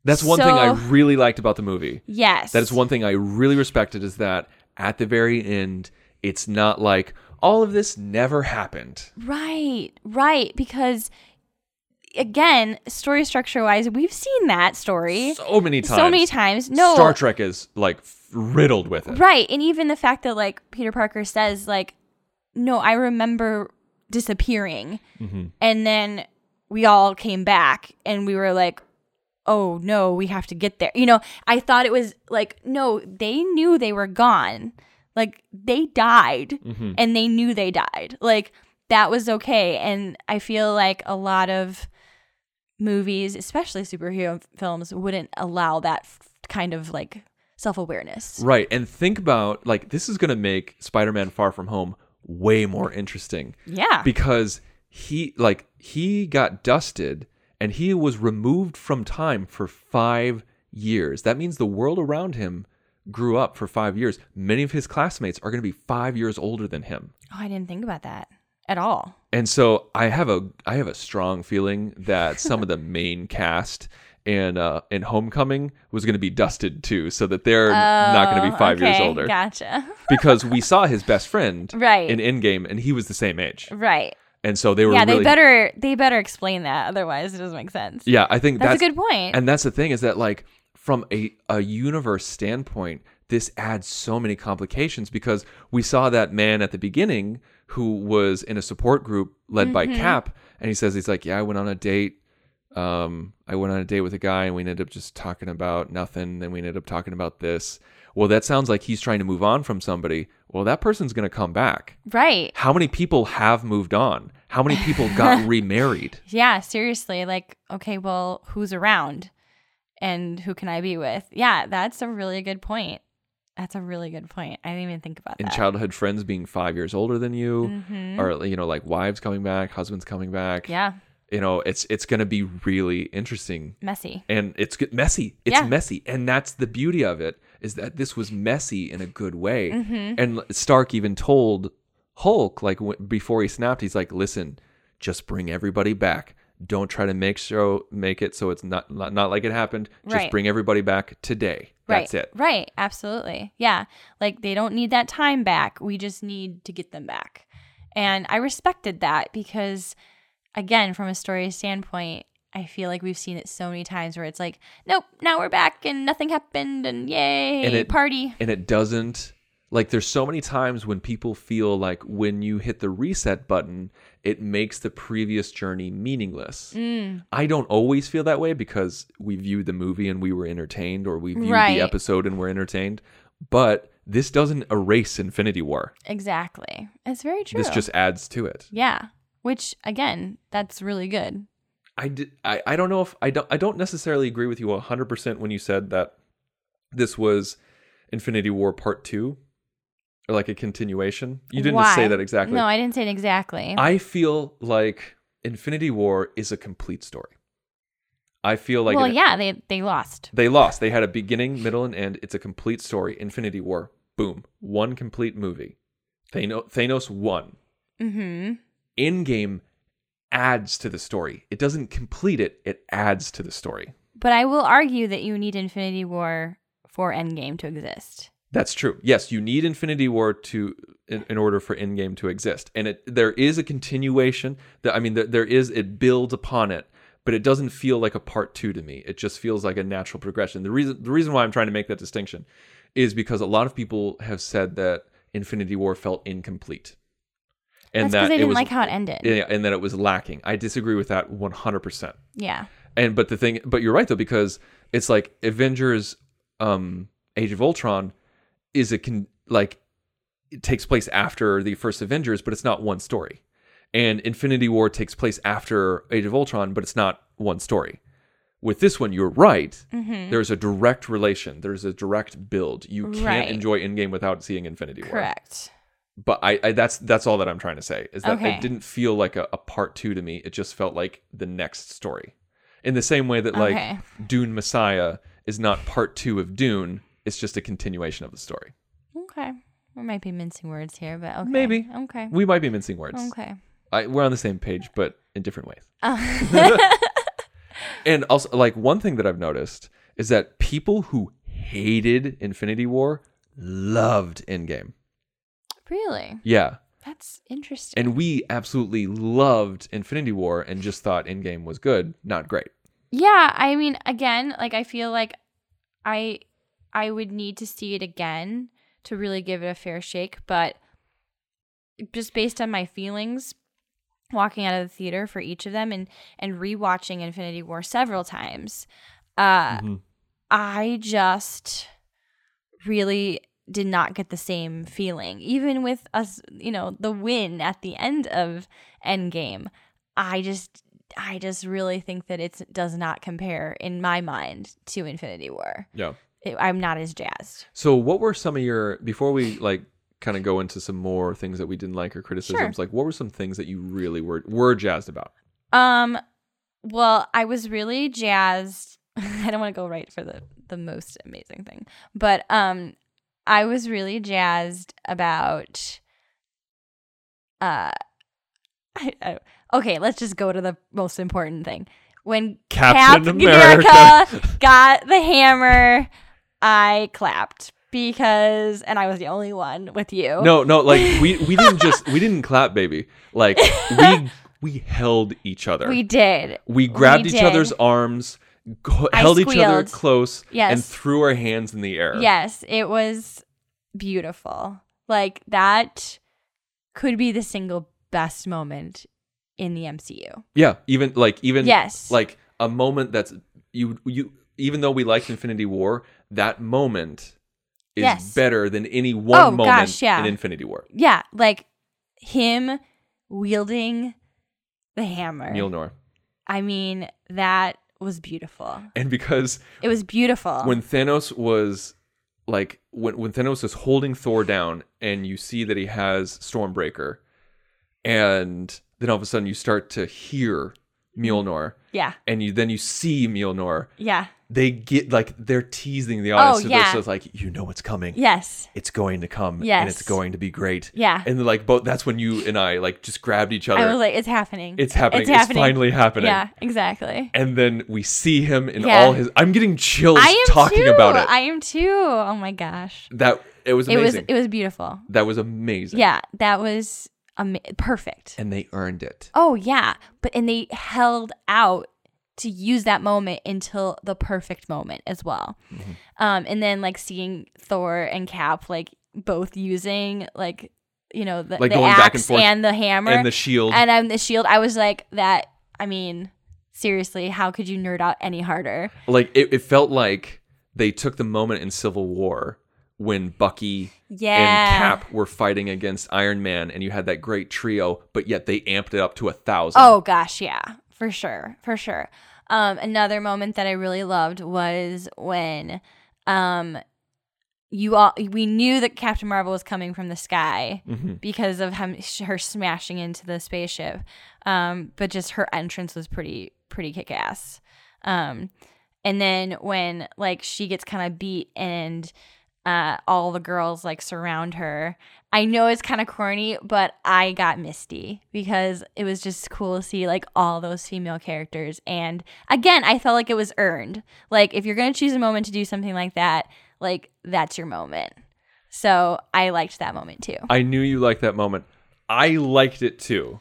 E: That's one thing I
F: So-
E: really liked about the movie.
F: yes.
E: That is one thing I really respected is that at the very end, it's not like all of this never happened.
F: Right. Right, because again, story structure wise, we've seen that story.
E: So many times.
F: So many times. No.
E: Star Trek is like f- riddled with it.
F: Right. And even the fact that like Peter Parker says like no, I remember
E: Mm-hmm.
F: disappearing. And then we all came back and we were like oh no, we have to get there. You know, I thought it was like, no, they knew they were gone. Like they died
E: Mm-hmm.
F: and they knew they died. Like that was okay. And I feel like a lot of movies, especially superhero films, wouldn't allow that f- kind of like self awareness.
E: Right. And think about like this is going to make Spider Man Far From Home way more interesting
F: Yeah.
E: because he like he got dusted and he was removed from time for 5 years. That means the world around him grew up for 5 years. Many of his classmates are going to be 5 years older than him.
F: oh, I didn't think about that at all.
E: And so I have a I have a strong feeling that some of the main cast and uh in Homecoming was going to be dusted too so that they're not going to be 5 years
F: Oh, Okay,
E: older.
F: Gotcha.
E: because we saw his best friend
F: Right.
E: in Endgame, and he was the same age,
F: right.
E: and so they were
F: Yeah,
E: really
F: they better they better explain that, otherwise it doesn't make sense.
E: Yeah, I think
F: That's a
E: that's,
F: good point.
E: and that's the thing is that like from a a universe standpoint, this adds so many complications because we saw that man at the beginning who was in a support group led by
F: Mm-hmm.
E: Cap, and he says he's like, yeah, I went on a date. Um, I went on a date with a guy and we ended up just talking about nothing. Then we ended up talking about this. Well, that sounds like he's trying to move on from somebody. Well, that person's going to come back.
F: Right.
E: how many people have moved on? How many people got remarried?
F: Yeah, seriously. Like, okay, well, who's around and who can I be with? Yeah, that's a really good point. That's a really good point. I didn't even think about
E: In
F: that.
E: childhood friends being five years older than you, or you know, like wives coming back, husbands coming back.
F: Mm-hmm. yeah,
E: You know, it's it's gonna be really interesting.
F: messy.
E: And it's get messy. It's
F: Yeah.
E: messy. And that's the beauty of it, is that this was messy in a good way.
F: Mm-hmm.
E: And Stark even told Hulk, like w- before he snapped, he's like, listen, just bring everybody back. Don't try to make sure make it so it's not not, not like it happened. Just
F: Right.
E: bring everybody back today.
F: Right.
E: That's it.
F: Right. Absolutely. Yeah. Like they don't need that time back. We just need to get them back. And I respected that because, again, from a story standpoint, I feel like we've seen it so many times where it's like, nope, now we're back and nothing happened and yay,
E: And it-
F: party.
E: and it doesn't like there's so many times when people feel like when you hit the reset button it makes the previous journey meaningless
F: Mm.
E: i don't always feel that way because we viewed the movie and we were entertained or we viewed
F: Right.
E: the episode and we're entertained but this doesn't erase infinity war
F: Exactly. It's very true.
E: this just adds to it
F: yeah. Which again, that's really good.
E: I, did, I I don't know if I don't I don't necessarily agree with you 100% when you said that this was Infinity War part 2 or like a continuation. You didn't
F: Why?
E: say that exactly.
F: No, I didn't say it exactly.
E: I feel like Infinity War is a complete story. I feel like
F: well,
E: it-
F: yeah, they they lost.
E: they lost. They had a beginning, middle, and end. It's a complete story. Infinity War, boom, one complete movie. Thano- Thanos won.
F: Mm-hmm.
E: Endgame adds to the story. It doesn't complete it. It adds to the story.
F: But I will argue that you need Infinity War for Endgame to exist.
E: That's true. Yes, you need Infinity War to in, in order for Endgame to exist, and it there is a continuation. That I mean, there, there is it builds upon it, but it doesn't feel like a part two to me. It just feels like a natural progression. The reason the reason why I'm trying to make that distinction is because a lot of people have said that Infinity War felt incomplete,
F: That's 'cause they didn't like how it ended.
E: Yeah, and that it was lacking. I disagree with that 100. percent
F: Yeah.
E: and but the thing but you're right though because it's like avengers um age of ultron is a con like it takes place after the first avengers but it's not one story and infinity war takes place after age of ultron but it's not one story with this one you're right
F: Mm-hmm.
E: there's a direct relation there's a direct build you can't
F: Right.
E: enjoy endgame without seeing infinity war
F: Correct.
E: but I, I that's that's all that i'm trying to say is that
F: Okay.
E: it didn't feel like a, a part two to me it just felt like the next story in the same way that like
F: Okay.
E: dune messiah is not part two of dune it's just a continuation of the story
F: Okay. We might be mincing words here, but okay.
E: maybe
F: Okay.
E: we might be mincing words
F: okay.
E: I, we're on the same page but in different ways
F: Uh.
E: and also like one thing that i've noticed is that people who hated infinity war loved endgame
F: Really?
E: yeah
F: That's interesting.
E: And we absolutely loved Infinity War and just thought Endgame was good, not great.
F: yeah, I mean, again, like I feel like I I would need to see it again to really give it a fair shake, but just based on my feelings walking out of the theater for each of them and and rewatching Infinity War several times, Uh,
E: Mhm.
F: I just really did not get the same feeling, even with us, you know, the win at the end of Endgame. I just, I just really think that it does not compare in my mind to Infinity War.
E: Yeah.
F: It, I'm not as jazzed.
E: So what were some of your before we like kind of go into some more things that we didn't like or criticisms, like what were some things that you really were were jazzed about?
F: Um, well, I was really jazzed. I don't want to go right for the the most amazing thing, but um, I was really jazzed about. Uh, I, I, okay, let's just go to the most important thing. When
E: Captain
F: Captain
E: America.
F: America got the hammer, I clapped because, and I was the only one with you.
E: No, no, like we we didn't just we didn't clap, baby. Like we we held each other.
F: we did.
E: We grabbed
F: we
E: each other's
F: did.
E: arms, g-
F: I
E: held each other
F: squealed.
E: close, and
F: Yes.
E: threw our hands in the air.
F: Yes, it was beautiful. Like that could be the single best moment in the MCU.
E: Yeah, even like even
F: Yes.
E: like a moment that's you you even though we liked Infinity War, that moment is
F: Yes.
E: better than any one
F: Oh,
E: moment
F: gosh, yeah.
E: in Infinity War.
F: Yeah, like him wielding the hammer.
E: Mjolnir.
F: I mean, that was beautiful.
E: And because
F: It was beautiful.
E: when Thanos was like when when Thanos is holding Thor down and you see that he has Stormbreaker and then all of a sudden you start to hear Mjolnir
F: yeah,
E: and you then you see Mjolnir
F: yeah,
E: they get like they're teasing the audience
F: Oh,
E: so they're-
F: yeah.
E: so it's like you know what's coming
F: yes,
E: it's going to come and
F: Yes.
E: it's going to be great
F: Yeah.
E: and like both that's when you and I like just grabbed each other
F: I was like, it's happening.
E: it's happening it's, finally happening
F: Yeah, exactly.
E: and then we see him in
F: Yeah.
E: all his I'm getting chills
F: I am
E: talking
F: too.
E: about it
F: I am too. Oh my gosh,
E: that it was
F: it was
E: amazing
F: it was beautiful.
E: That was amazing.
F: Yeah, that was am- perfect.
E: And they earned it.
F: oh yeah, but and they held out to use that moment until the perfect moment as well.
E: Mm-hmm.
F: Um, and then like seeing Thor and Cap like both using like you know the,
E: Like
F: the
E: going
F: axe
E: back and forth
F: and the hammer
E: And the shield.
F: and um, the shield. I was like that. I mean, seriously, how could you nerd out any harder?
E: like it, it felt like they took the moment in Civil War when Bucky
F: Yeah.
E: and Cap were fighting against Iron Man and you had that great trio, but yet they amped it up to a thousand.
F: Oh gosh, yeah, for sure, for sure. Um, another moment that I really loved was when, um, you all we knew that Captain Marvel was coming from the sky because of him, sh- her smashing into the spaceship. Um, but just her entrance was pretty pretty kick ass. Um, and then when like she gets kind of beat and uh, all the girls like surround her. I know it's kind of corny, but I got misty because it was just cool to see like all those female characters. And again, I felt like it was earned. Like if you're gonna choose a moment to do something like that, like that's your moment. So I liked that moment too.
E: I knew you liked that moment. I liked it too.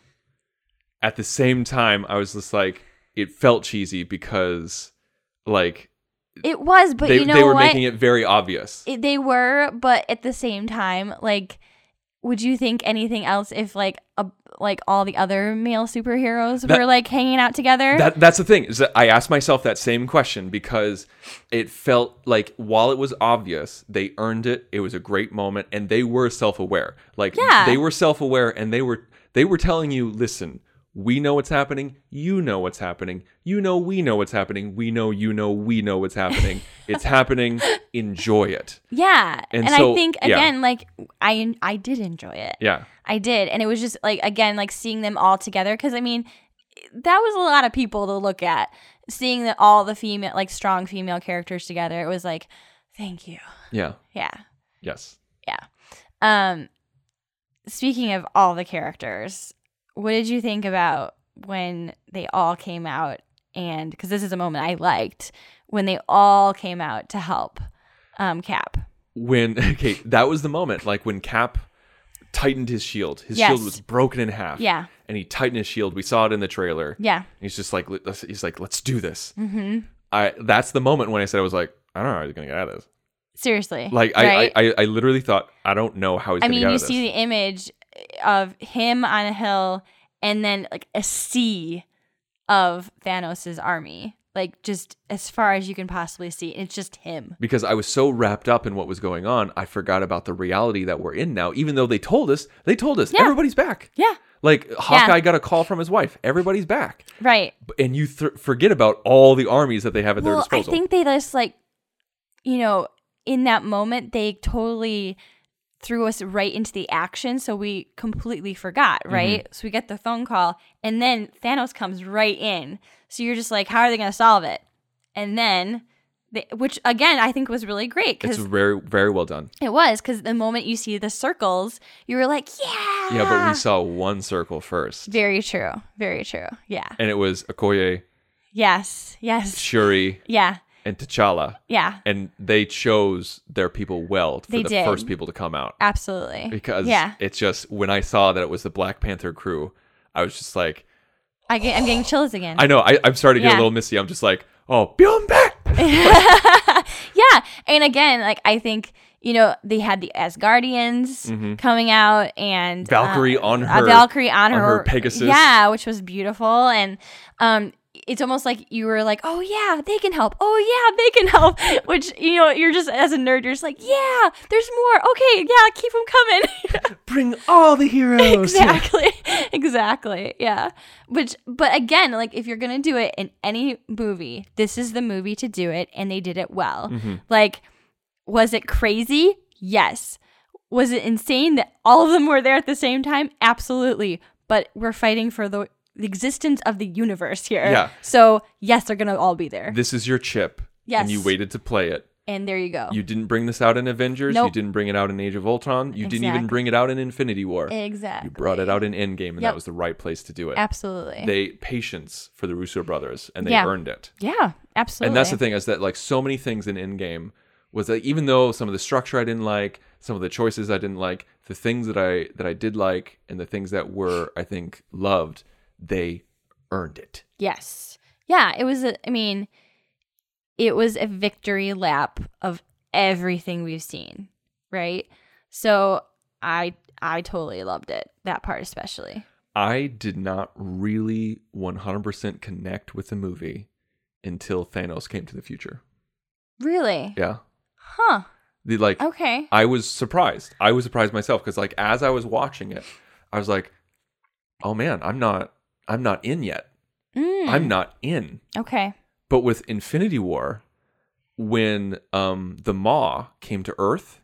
E: At the same time, I was just like, it felt cheesy because like
F: It was, but
E: they,
F: you know
E: they were
F: what?
E: making it very obvious.
F: It- they were, but at the same time, like, would you think anything else if like a, like all the other male superheroes
E: That-
F: were like hanging out together?
E: That that's the thing is that I asked myself that same question because it felt like while it was obvious they earned it, it was a great moment, and they were self aware. Like
F: Yeah.
E: they were self aware, and they were they were telling you, listen, we know what's happening, you know what's happening, you know we know what's happening, we know you know we know what's happening. it's happening. Enjoy it.
F: Yeah,
E: And
F: and,
E: so-
F: I think
E: yeah.
F: again, like I I did enjoy it.
E: Yeah.
F: I did, and it was just like again, like seeing them all together. Because I mean, that was a lot of people to look at. Seeing that all the female, like strong female characters together, it was like, thank you.
E: Yeah.
F: Yeah.
E: Yes.
F: Um, speaking of all the characters, what did you think about when they all came out? And because this is a moment I liked when they all came out to help um, Cap.
E: when okay, that was the moment, like when Cap tightened his shield. His
F: Yes.
E: shield was broken in half.
F: Yeah.
E: And he tightened his shield. We saw it in the trailer.
F: Yeah.
E: And he's just like, let- let's- he's like, let's do this. Mm-hmm. I that's the moment when I said I was like, I don't know how he's gonna get out of this.
F: Seriously.
E: Like
F: right?
E: I, I, I, I literally thought I don't know how he's
F: I
E: gonna
F: mean,
E: get out
F: you
E: of this.
F: see the image of him on a hill and then like a sea of Thanos' army. like just as far as you can possibly see. And it's just him.
E: because I was so wrapped up in what was going on, I forgot about the reality that we're in now. Even though they told us, they told us
F: Yeah.
E: everybody's back.
F: Yeah.
E: Like Hawkeye got a call from his wife. Everybody's back,
F: Right.
E: B- and you th- forget about all the armies that they have at their
F: well, I
E: disposal.
F: think they just like, you know, in that moment they totally threw us right into the action, so we completely forgot,
E: Mm-hmm.
F: right? So we get the phone call, and then Thanos comes right in. So you're just like, how are they going to solve it? And then, they, which again I think was really great
E: it's
F: because
E: very, very well done.
F: it was because the moment you see the circles, you were like, yeah,
E: Yeah, but we saw one circle first,
F: Ah. Very true. Very true. Yeah.
E: and it was Okoye,
F: Yes. Yes.
E: Shuri,
F: Yeah.
E: and T'Challa,
F: Yeah.
E: and they chose their people well for
F: They
E: the
F: did.
E: first people to come out.
F: Absolutely.
E: because
F: yeah,
E: it's just when I saw that it was the Black Panther crew, I was just like,
F: I get, I'm getting chills again.
E: I know I, I'm starting to get
F: Yeah.
E: a little misty. I'm just like, oh, Bjorn back.
F: yeah, and again, like I think you know they had the Asgardians coming out and
E: Mm-hmm. Valkyrie
F: uh,
E: on
F: a
E: her-
F: Valkyrie on,
E: on
F: her,
E: her Pegasus.
F: Yeah, which was beautiful, and um, it's almost like you were like, oh yeah, they can help. Oh yeah, they can help. Which you know, you're just as a nerd, you're just like, yeah, there's more. Okay, yeah, keep them coming.
E: Bring all the heroes.
F: exactly exactly yeah which but again like if you're gonna do it in any movie this is the movie to do it and they did it well
E: Mm-hmm.
F: like was it crazy yes was it insane that all of them were there at the same time absolutely but we're fighting for the the existence of the universe here
E: Yeah.
F: so yes they're gonna all be there
E: This is your chip.
F: Yes.
E: And you waited to play it.
F: and there you go
E: You didn't bring this out in Avengers. You
F: Oh. Nope.
E: didn't bring it out in Age of Ultron. You didn't even
F: Exactly.
E: bring it out in Infinity War.
F: exactly
E: You brought it out in Endgame, and that
F: Yep.
E: was the right place to do it.
F: absolutely
E: They patience for the Russo brothers, and they
F: Yeah.
E: earned it.
F: yeah absolutely
E: And that's the thing is that like so many things in Endgame was that even though some of the structure I didn't like, some of the choices I didn't like, the things that I that I did like, and the things that were I think loved, they earned it.
F: Yes. Yeah, it was a, I mean, it was a victory lap of everything we've seen, right? So I I totally loved it. That part especially.
E: I did not really 100% connect with the movie until Thanos came to the future.
F: Really?
E: Yeah,
F: Huh.
E: the like
F: Okay.
E: I was surprised. I was surprised myself because like as I was watching it, I was like, oh man, I'm not I'm not in yet.
F: Mm.
E: I'm not in.
F: Okay.
E: But with Infinity War, when um, the Maw came to Earth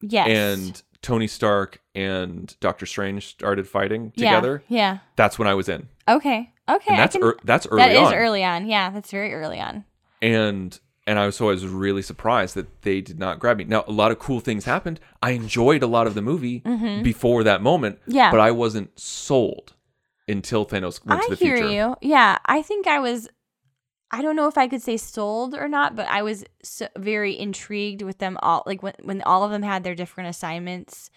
F: Yes.
E: and Tony Stark and Doctor Strange started fighting
F: Yeah,
E: together,
F: Yeah.
E: that's when I was in,
F: Okay. Okay. I
E: and that's
F: can-
E: ear that's early
F: that is
E: on,
F: early on. Yeah, that's very early on.
E: and and I was so I was really surprised that they did not grab me. Now a lot of cool things happened. I enjoyed a lot of the movie before that moment,
F: Mm-hmm. Yeah.
E: but I wasn't sold until Thanos went
F: I
E: to the
F: hear
E: future.
F: you. Yeah, I think I was. I don't know if I could say sold or not, but I was so very intrigued with them all. Like when when all of them had their different assignments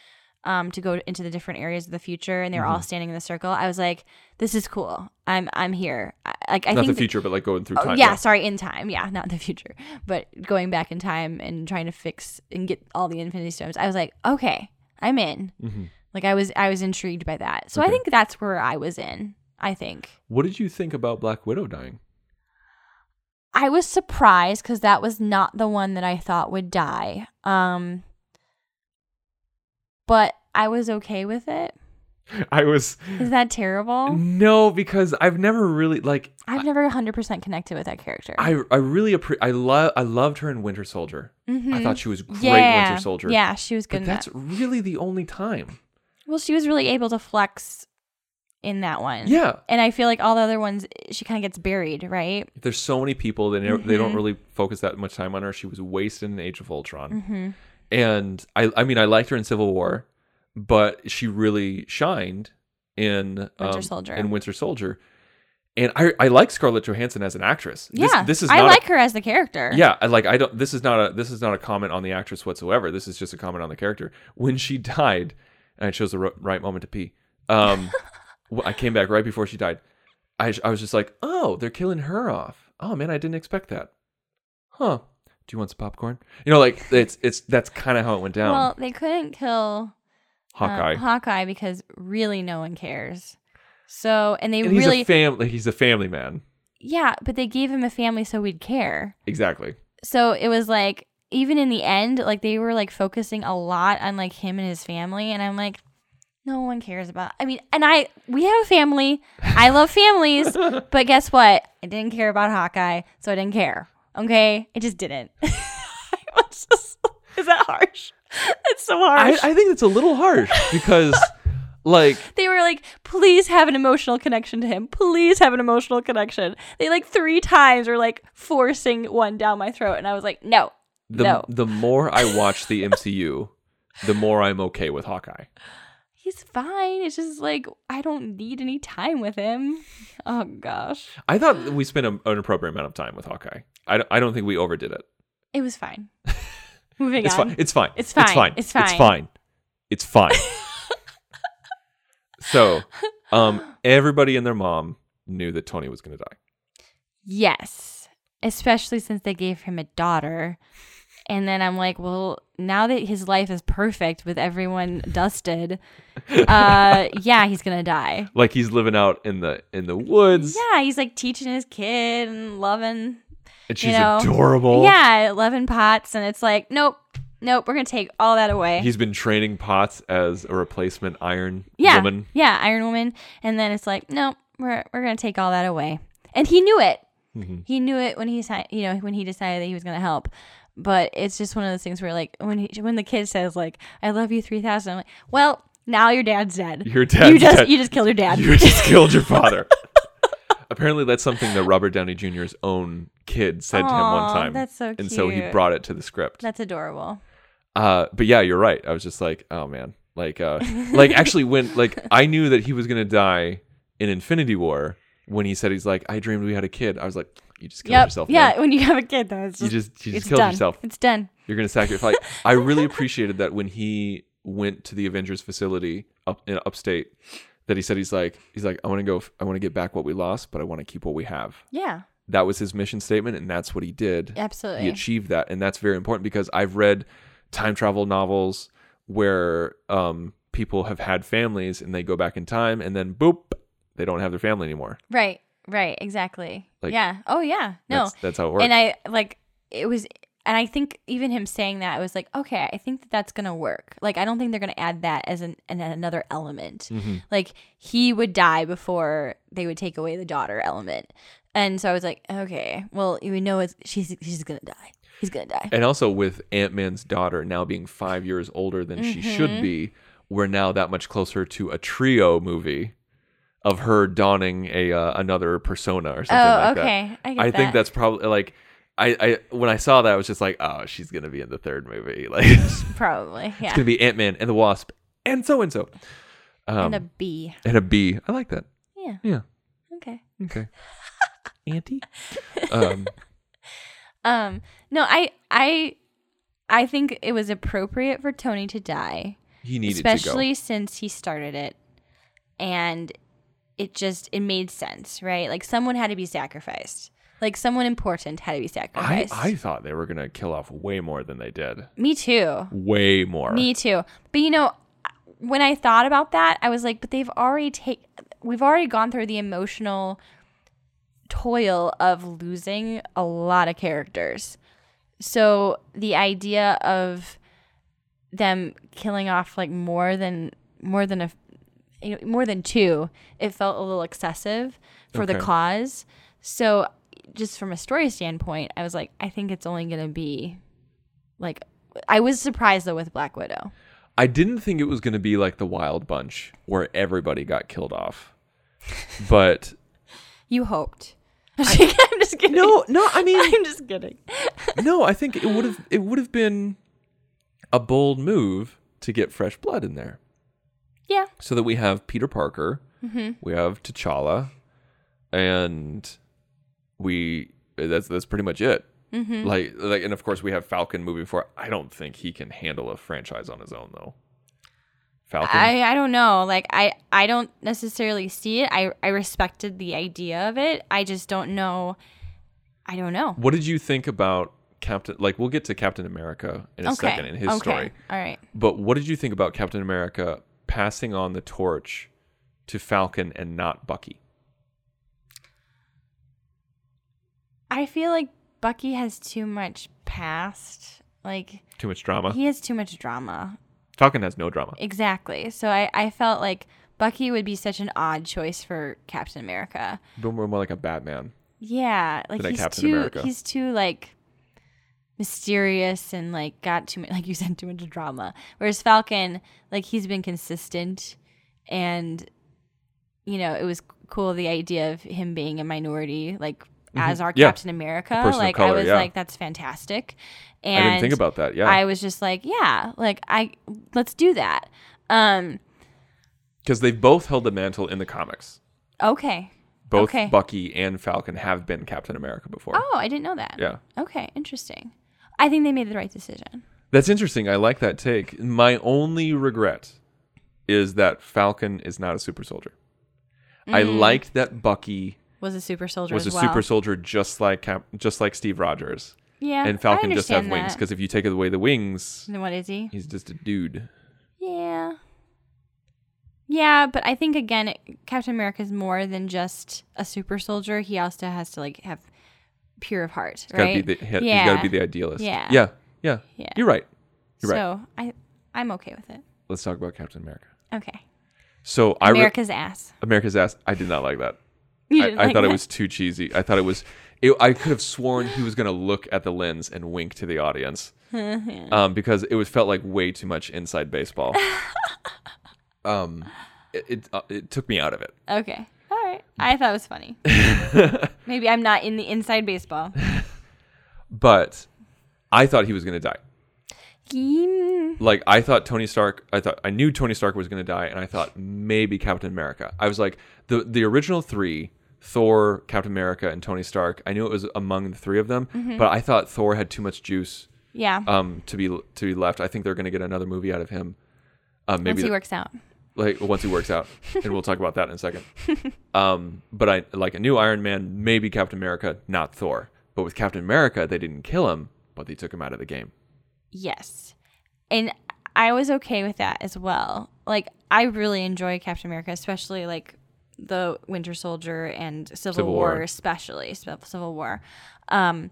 F: um, to go into the different areas of the future, and they
E: Mm-hmm.
F: were all standing in the circle. I was like, "This is cool. I'm I'm here." I, like I
E: Not
F: think
E: the future, but like going through
F: Oh,
E: time.
F: yeah, sorry, in time. Yeah, not in the future, but going back in time and trying to fix and get all the Infinity Stones. I was like, okay, I'm in.
E: Mm-hmm.
F: Like I was, I was intrigued by that. So I
E: Okay.
F: think that's where I was in. I think
E: What did you think about Black Widow dying?
F: I was surprised because that was not the one that I thought would die. Um, but I was okay with it.
E: I was
F: Is that terrible?
E: No, because I've never really like
F: I've never 100% connected with that character.
E: I I really appre- I love I loved her in Winter Soldier. I
F: Mhm.
E: thought she was great
F: yeah.
E: Winter Soldier.
F: Yeah, she was good.
E: but
F: in
E: that's
F: that.
E: really the only time.
F: Well, she was really able to flex in that one.
E: Yeah.
F: And I feel like all the other ones, she kind of gets buried, right? Mm-hmm.
E: There's so many people they never, they don't really focus that much time on her. She was wasted in Age of Ultron,
F: Mm-hmm.
E: and I I mean I liked her in Civil War, but she really shined in Winter
F: Soldier.
E: In Winter Soldier, and I I like Scarlett Johansson as an actress. This-
F: yeah.
E: this, is
F: I
E: not a-
F: like her as the character.
E: Yeah, I- like I don't. This is not a this is not a comment on the actress whatsoever. This is just a comment on the character. When she died, and it shows the ro- right moment to pee. Um, wh- I came back right before she died. I I was just like, oh, they're killing her off. Oh man, I didn't expect that. Huh? Do you want some popcorn? You know, like it's it's that's kind of how it went down.
F: Well, they couldn't kill um,
E: Hawkeye.
F: Hawkeye because really no one cares. So, and they
E: and he's
F: really,
E: a family. He's a family man.
F: Yeah, but they gave him a family so we'd care.
E: Exactly.
F: So it was like even in the end, like they were like focusing a lot on like him and his family, and I'm like, no one cares about. I mean, and I we have a family. I love families, but guess what? I didn't care about Hawkeye, so I didn't care. Okay, I just didn't. I was just- is that harsh? That's so
E: I,
F: harsh.
E: I think it's a little harsh because, like,
F: they were like, please have an emotional connection to him. Please have an emotional connection. They like three times were like forcing one down my throat. And I was like, no,
E: the
F: no.
E: the more I watch the MCU, the more I'm okay with Hawkeye.
F: He's fine. It's just like, I don't need any time with him. Oh, gosh.
E: I thought that we spent a, an appropriate amount of time with Hawkeye. I, don't- I don't think we overdid it.
F: It was fine. Moving
E: It's
F: on.
E: fine. It's fine.
F: It's
E: It's fine.
F: fine.
E: It's
F: It's
E: fine. It's fine. so, um, everybody and their mom knew that Tony was going to die.
F: Yes, especially since they gave him a daughter. And then I'm like, well, now that his life is perfect with everyone dusted, uh, yeah, he's gonna die.
E: Like he's living out in the in the woods,
F: Yeah, he's like teaching his kid and loving,
E: and
F: you
E: she's
F: know,
E: adorable.
F: yeah, loving pots. And it's like, nope, nope, we're gonna take all that away.
E: He's been training Potts as a replacement Iron
F: yeah,
E: Woman.
F: yeah, Iron Woman. And then it's like, nope, we're we're gonna take all that away. And he knew it.
E: Mm-hmm.
F: He knew it when he si- you know when he decided that he was gonna help. But it's just one of those things where like when he, when the kid says like I love you three thousand, I'm like, well, now your dad's dead.
E: Your dad's
F: You just
E: dead.
F: you just killed your dad.
E: You just killed your father. Apparently, that's something that Robert Downey Jr.'s own kid said to him one
F: Aw,
E: time.
F: that's so
E: And so he
F: cute.
E: brought it to the script.
F: That's adorable.
E: Uh, but yeah, you're right. I was just like, oh man, like, uh, like actually when like I knew that he was gonna die in Infinity War when he said he's like, I dreamed we had a kid. I was like, you just killed
F: yep.
E: yourself.
F: yeah.
E: man.
F: When you have a kid, though, it's
E: you
F: just,
E: just you just
F: it's
E: killed
F: done.
E: yourself.
F: It's done.
E: You're gonna sacrifice. Like, I really appreciated that when he went to the Avengers facility up in upstate, that he said he's like he's like I want to go. f- I want to get back what we lost, but I want to keep what we have.
F: Yeah.
E: That was his mission statement, and that's what he did.
F: Absolutely.
E: He achieved that, and that's very important because I've read time travel novels where um, people have had families and they go back in time, and then boop, they don't have their family anymore.
F: Right. Right. Exactly.
E: Like,
F: yeah. Oh yeah. No.
E: That's, that's how it works.
F: And I like it was, and I think even him saying that, I was like, okay, I think that that's gonna work. Like, I don't think they're gonna add that as an, an another element.
E: Mm-hmm.
F: Like, he would die before they would take away the daughter element, and so I was like, okay, well, we know it's she's she's gonna die. He's gonna die.
E: and also with Ant Man's daughter now being five years older than she
F: Mm-hmm.
E: should be, we're now that much closer to a trio movie of her donning a uh, another persona or something
F: Oh,
E: like
F: okay.
E: that.
F: I get
E: I think
F: that.
E: that's probably like I, I when I saw that I was just like, oh, she's gonna be in the third movie. Like it's
F: Probably. Yeah.
E: gonna be Ant Man and the Wasp and so and so um,
F: and a B.
E: and a bee. I like that.
F: Yeah.
E: Yeah.
F: Okay.
E: Okay. Auntie. Um,
F: Um, no, I I I think it was appropriate for Tony to die.
E: he needed
F: especially
E: to
F: since he started it and it just it made sense right like someone had to be sacrificed like someone important had to be
E: go. I,
F: sacrificed
E: I thought they were gonna kill off way more than they did.
F: me too
E: Way more.
F: me too but you know when i thought about that i was like but they've already take we've already gone through the emotional toil of losing a lot of characters so the idea of them killing off like more than more than a you know, more than two, it felt a little excessive for the
E: Okay.
F: cause. So, just from a story standpoint, I was like, I think it's only going to be like, I was surprised though with Black Widow.
E: I didn't think it was going to be like the Wild Bunch where everybody got killed off. But
F: You hoped. I, am just kidding.
E: no, no, I mean
F: I'm just kidding.
E: no, I think it would have it would have been a bold move to get fresh blood in there
F: Yeah.
E: so that we have Peter Parker,
F: Mm-hmm.
E: we have T'Challa and we that's that's pretty much it.
F: Mm-hmm.
E: Like like and of course we have Falcon moving forward. I don't think he can handle a franchise on his own though. Falcon
F: I, I don't know. Like I, I don't necessarily see it. I, I respected the idea of it. I just don't know. I don't know.
E: What did you think about Captain? Like, we'll get to Captain America in a
F: okay.
E: second in his
F: okay.
E: story.
F: All right.
E: But what did you think about Captain America passing on the torch to Falcon and not Bucky?
F: I feel like Bucky has too much past. Like
E: Too much drama.
F: he has too much drama.
E: Falcon has no drama.
F: Exactly. So I, I felt like Bucky would be such an odd choice for Captain America.
E: But more, more like a Batman.
F: Yeah, like
E: Than a
F: he's
E: Captain
F: too
E: America.
F: he's too like mysterious and like got too much like you said too much drama. Whereas Falcon, like he's been consistent and you know, it was cool the idea of him being a minority like as our
E: Mm-hmm. Yeah.
F: Captain America.
E: person of
F: Like
E: color,
F: I was
E: yeah.
F: like that's fantastic.
E: I
F: And
E: didn't think about that. Yeah.
F: I was just like, yeah, like I let's do that. Um
E: because they've both held the mantle in the comics.
F: okay.
E: Both
F: Okay.
E: Bucky and Falcon have been Captain America before.
F: Oh, I didn't know that.
E: Yeah.
F: Okay, interesting. I think they made the right decision.
E: That's interesting. I like that take. My only regret is that Falcon is not a super soldier. I liked that Bucky
F: was a super Mm. soldier.
E: was a
F: as well.
E: super soldier just like Cap- just like Steve Rogers.
F: Yeah,
E: and Falcon
F: I
E: just have
F: understand
E: wings
F: that.
E: because if you take away the wings,
F: Then what is he?
E: he's just a dude.
F: Yeah, yeah, but I think again, Captain America is more than just a super soldier. He also has to like have pure of heart,
E: He's
F: right?
E: got to be the he-
F: yeah.
E: he's got to be the idealist.
F: Yeah.
E: yeah, yeah.
F: Yeah.
E: You're right. You're right.
F: So I, I'm okay with it.
E: Let's talk about Captain America.
F: Okay,
E: So I re-
F: America's ass.
E: America's ass. I did not like that.
F: You
E: I,
F: didn't
E: I
F: like
E: thought it
F: that?
E: was too cheesy. I thought it was. It, I could have sworn he was going to look at the lens and wink to the audience, um, because it was felt like way too much inside baseball. um, it it, uh, it took me out of it.
F: okay. All right, I thought it was funny. Maybe I'm not in the inside baseball.
E: But I thought he was going to die.
F: Mm,
E: Like I thought Tony Stark. I thought I knew Tony Stark was going to die, and I thought maybe Captain America. I was like the the original three. Thor, Captain America, and Tony Stark. I knew it was among the three of them,
F: Mm-hmm.
E: but I thought Thor had too much juice
F: Yeah,
E: um to be to be left. I think they're going to get another movie out of him. Um, maybe
F: once he
E: th-
F: works out.
E: like once he works out, and we'll talk about that in a second. Um, but I like a new Iron Man, maybe Captain America, not Thor. But with Captain America, they didn't kill him, but they took him out of the game.
F: Yes. And I was okay with that as well. Like I really enjoy Captain America, especially like the Winter Soldier and Civil,
E: Civil
F: War,
E: War.
F: especially Civ- Civil War. Um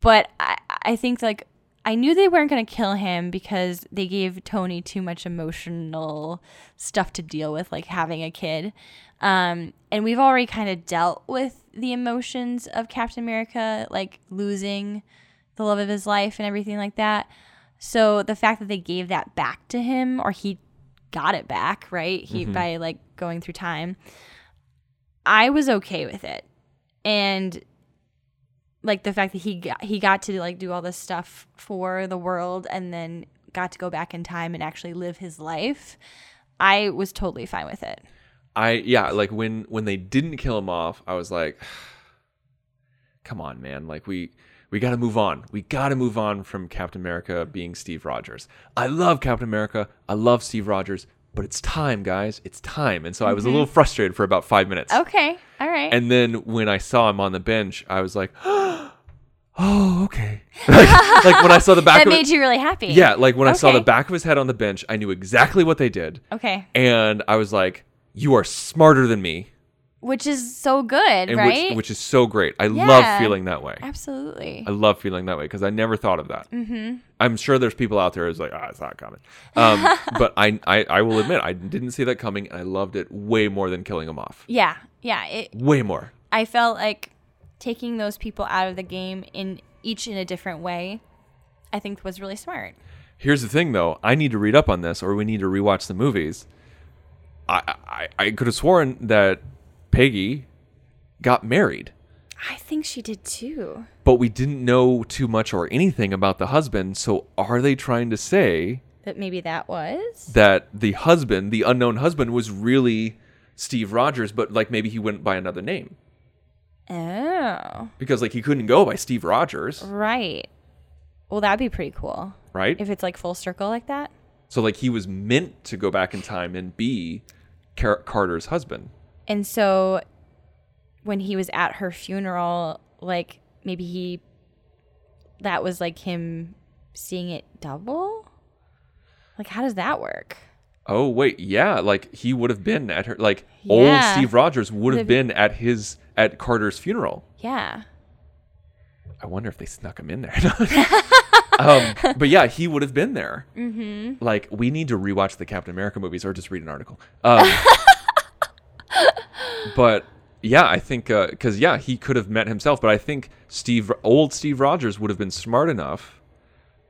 F: but I I think like I knew they weren't going to kill him because they gave Tony too much emotional stuff to deal with like having a kid. Um and we've already kind of dealt with the emotions of Captain America like losing the love of his life and everything like that. So the fact that they gave that back to him or he got it back, right? He
E: Mm-hmm.
F: by like going through time. I was okay with it. And like the fact that he got, he got to like do all this stuff for the world and then got to go back in time and actually live his life. I was totally fine with it.
E: I yeah, like when when they didn't kill him off, I was like, come on, man, like we we got to move on. We got to move on from Captain America being Steve Rogers. I love Captain America. I love Steve Rogers, but it's time, guys. It's time. And so I was a little frustrated for about 5 minutes.
F: Mm-hmm. Okay. All right.
E: And then when I saw him on the bench, I was like, "Oh, okay." like, like when I saw the back
F: that
E: of
F: made
E: it-
F: you really happy.
E: Yeah, like when I saw the
F: Okay.
E: back of his head on the bench, I knew exactly what they did.
F: Okay.
E: And I was like, "You are smarter than me."
F: Which is so good,
E: and
F: right?
E: which, which is so great. I
F: Yeah.
E: love feeling that way.
F: Absolutely.
E: I love feeling that way because I never thought of that. Mm-hmm. I'm sure there's people out there who's like, ah, it's not coming. Um, but I, I, I will admit, I didn't see that coming, and I loved it way more than killing him off.
F: Yeah, yeah. It,
E: Way more.
F: I felt like taking those people out of the game in each in a different way. I think was really smart.
E: Here's the thing, though. I need to read up on this, or we need to rewatch the movies. I, I, I could have sworn that Peggy got married,
F: I think she did too.
E: but we didn't know too much or anything about the husband. So, are they trying to say
F: But maybe that was.
E: that the husband, the unknown husband, was really Steve Rogers, but like maybe he went by another name
F: Oh,
E: because like he couldn't go by Steve Rogers,
F: right. Well, that'd be pretty cool
E: right?
F: if it's like full circle like that.
E: so like he was meant to go back in time and be Car- Carter's husband.
F: And so, when he was at her funeral, like maybe he, that was like him seeing it double. Like, how does that work?
E: Oh wait, yeah, like he would have been at her like
F: Yeah.
E: old Steve Rogers would have
F: Would've-
E: been at his at Carter's funeral.
F: Yeah.
E: I wonder if they snuck him in there. um, but yeah, he would have been there. Mm-hmm. Like, we need to rewatch the Captain America movies or just read an article. Um, but yeah, I think because yeah, he could have met himself. But I think Steve, old Steve Rogers, would have been smart enough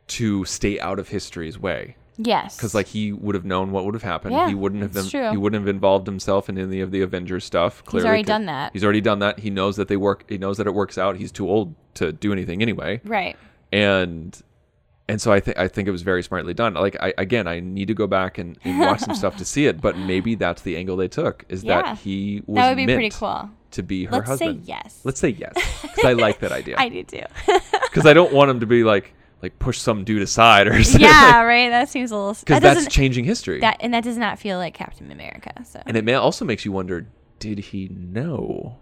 E: to stay out of history's way
F: Yes.
E: because like he would have known what would have happened.
F: Yeah,
E: he wouldn't have
F: that's
E: been,
F: true.
E: he wouldn't have involved himself in any of the Avengers stuff. Clearly,
F: already
E: 'cause-
F: done that.
E: He's already done that. He knows that they work. He knows that it works out. He's too old to do anything anyway,
F: right.
E: and and so I think I think it was very smartly done. Like I again, I need to go back and, and watch some stuff to see it, but maybe that's the angle they took is
F: Yeah.
E: that he was
F: That would be
E: meant
F: pretty cool.
E: to be her
F: Let's say
E: husband.
F: yes.
E: Let's say yes because I like that idea
F: I do too.
E: because I don't want him to be like like push some dude aside or something.
F: yeah, right. That seems a little.
E: Because
F: That
E: that's
F: doesn't.
E: changing history.
F: that and that does not feel like Captain America. So
E: And it may also makes you wonder did he know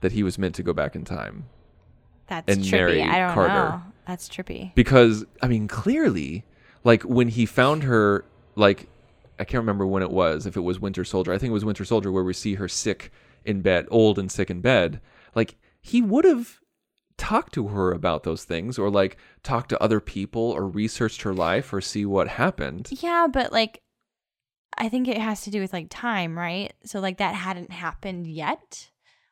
E: that he was meant to go back in time?
F: that's
E: and
F: trippy.
E: Mary
F: I don't
E: Carter.
F: know. That's trippy.
E: Because, I mean, clearly, like when he found her, like, I can't remember when it was, if it was Winter Soldier. I think it was Winter Soldier where we see her sick in bed, old and sick in bed. Like, he would have talked to her about those things or like talked to other people or researched her life or see what happened.
F: Yeah, but like, I think it has to do with like time, right? So like that hadn't happened yet,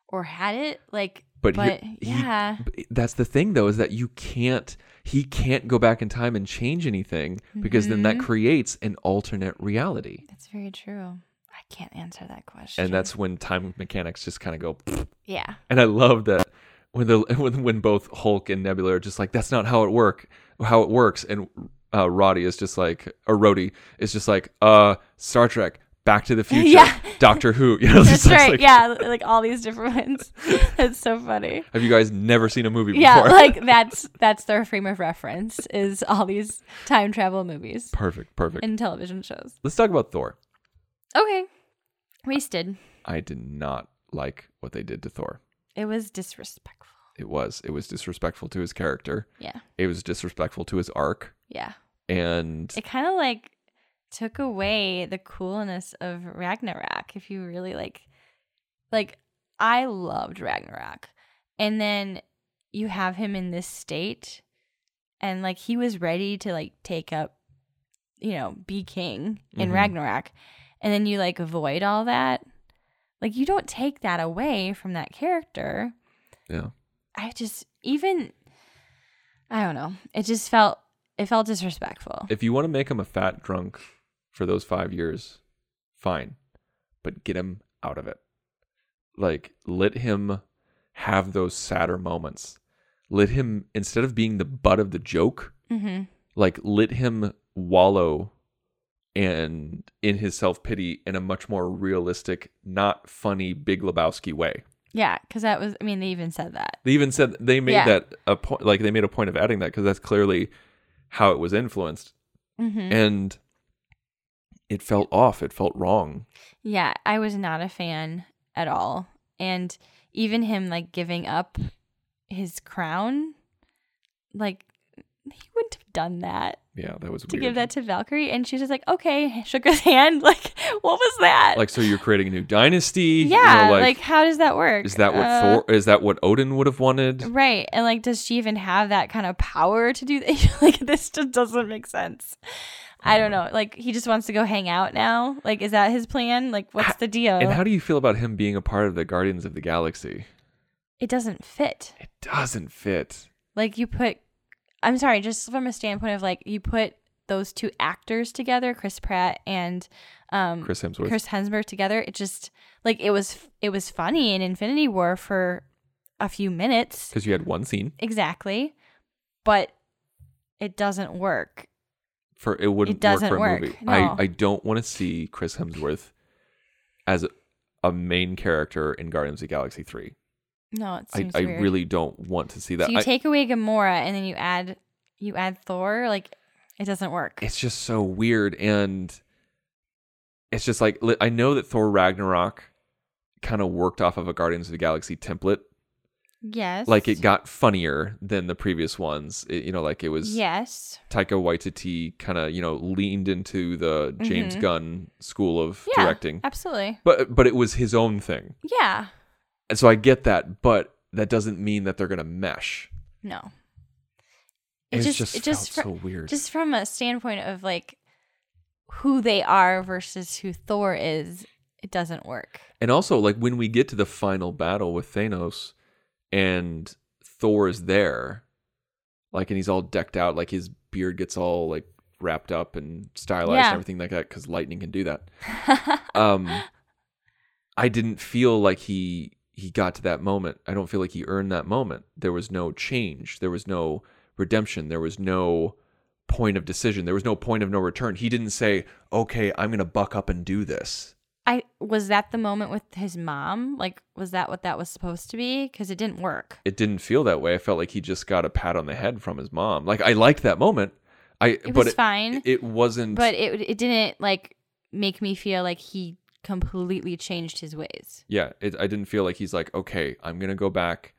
F: or had it? Like,
E: But,
F: but,
E: here- he-
F: yeah,
E: b- that's the thing though is that you can't he can't go back in time and change anything because then that creates an alternate reality.
F: Mm-hmm. that's very true. I can't answer that question.
E: And that's when time mechanics just kind of go "Pfft."
F: yeah,
E: and I love that when the when, when both Hulk and Nebula are just like that's not how it work how it works and uh, Roddy is just like or Rhodey is just like uh Star Trek Back to the Future
F: Yeah.
E: Doctor Who you know it's
F: that's
E: just
F: right.
E: like,
F: yeah, like all these different ones. That's so funny.
E: have you guys never seen a movie before
F: Yeah, like that's that's their frame of reference is all these time travel movies
E: perfect perfect
F: and television shows.
E: let's talk about Thor
F: Okay. Wasted.
E: I did not like what they did to Thor.
F: It was disrespectful.
E: It was it was disrespectful to his character.
F: Yeah.
E: It was disrespectful to his arc,
F: Yeah.
E: and
F: It kind of like took away the coolness of Ragnarok if you really like like I loved Ragnarok. And then you have him in this state and like he was ready to like take up you know, be king in
E: Mhm.
F: Ragnarok. And then you like avoid all that. Like you don't take that away from that character.
E: yeah,
F: I just even I don't know. It just felt it felt disrespectful.
E: if you want to make him a fat drunk for those five years, fine, but get him out of it. Like let him have those sadder moments. Let him instead of being the butt of the joke,
F: mm-hmm.
E: like let him wallow and in his self-pity in a much more realistic not funny big lebowski way
F: Yeah, because that was. I mean, they even said that.
E: they even said they made
F: Yeah.
E: that a point like they made a point of adding that because that's clearly how it was influenced
F: Mm-hmm.
E: and it felt off it felt wrong
F: Yeah, I was not a fan at all, and even him like giving up his crown, like he wouldn't have done that
E: yeah that was weird
F: to give that to Valkyrie, and she was just like, okay, shook his hand. Like, what was that?
E: like so you're creating a new dynasty you know,
F: yeah, like, how does that work?
E: is that what
F: Uh,
E: thor is that what odin would have wanted
F: Right. And like, does she even have that kind of power to do that? like, this just doesn't make sense. I don't
E: Mm.
F: know. Like, he just wants to go hang out now. Like, is that his plan? Like, what's the deal?
E: and how do you feel about him being a part of the guardians of the galaxy
F: it doesn't fit.
E: it doesn't fit
F: Like, you put, I'm sorry, just from a standpoint of like, you put those two actors together, Chris Pratt and um,
E: chris hemsworth
F: Chris Hemsworth together. It just, like, it was, it was funny in Infinity War for a few minutes.
E: because you had one scene
F: Exactly. But it doesn't work.
E: for it wouldn't
F: doesn't
E: work for
F: work,
E: a movie.
F: no.
E: I, I don't want to see Chris Hemsworth as a, a main character in Guardians of the Galaxy three.
F: No, it
E: I,
F: seems
E: I
F: weird.
E: really don't want to see that.
F: so you
E: I-
F: take away Gamora and then you add you add Thor, like it doesn't work.
E: it's just so weird, and it's just like li- I know that Thor Ragnarok kind of worked off of a Guardians of the Galaxy template.
F: yes.
E: Like it got funnier than the previous ones. It, you know, like it was
F: Yes.
E: Taika Waititi kind of you know leaned into the James Gunn school of
F: Mm-hmm. Yeah,
E: directing,
F: Absolutely.
E: but but it was his own thing.
F: Yeah.
E: And so I get that, but that doesn't mean that they're going to mesh.
F: No.
E: It just felt
F: fro-
E: so weird.
F: Just from a standpoint of like who they are versus who Thor is, it doesn't work.
E: And also, like when we get to the final battle with Thanos, and Thor is there, like, and he's all decked out, like his beard gets all like wrapped up and stylized
F: Yeah.
E: and everything like that, because lightning can do that. um, I didn't feel like he he got to that moment. I don't feel like he earned that moment. There was no change. There was no redemption. There was no point of decision. There was no point of no return. He didn't say, "Okay, I'm gonna buck up and do this."
F: I was that the moment with his mom? Like was that what that was supposed to be? Cuz it didn't work.
E: it didn't feel that way. I felt like he just got a pat on the head from his mom. Like I liked that moment. I but
F: was
E: it,
F: fine,
E: It wasn't.
F: But it it didn't like make me feel like he completely changed his ways.
E: yeah, it, I didn't feel like he's like, okay, I'm gonna go back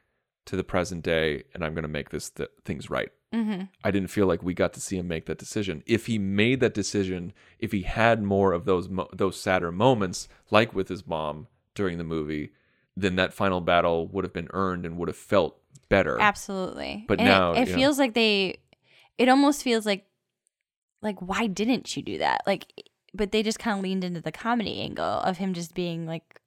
E: to the present day and I'm gonna make this th- things right.
F: Mhm.
E: I didn't feel like we got to see him make that decision. If he made that decision, if he had more of those mo- those sadder moments, like with his mom during the movie, then that final battle would have been earned and would have felt better.
F: Absolutely.
E: But
F: And it-
E: now,
F: it,
E: you know.
F: feels like they it almost feels like like why didn't you do that? Like but they just kind of leaned into the comedy angle of him just being like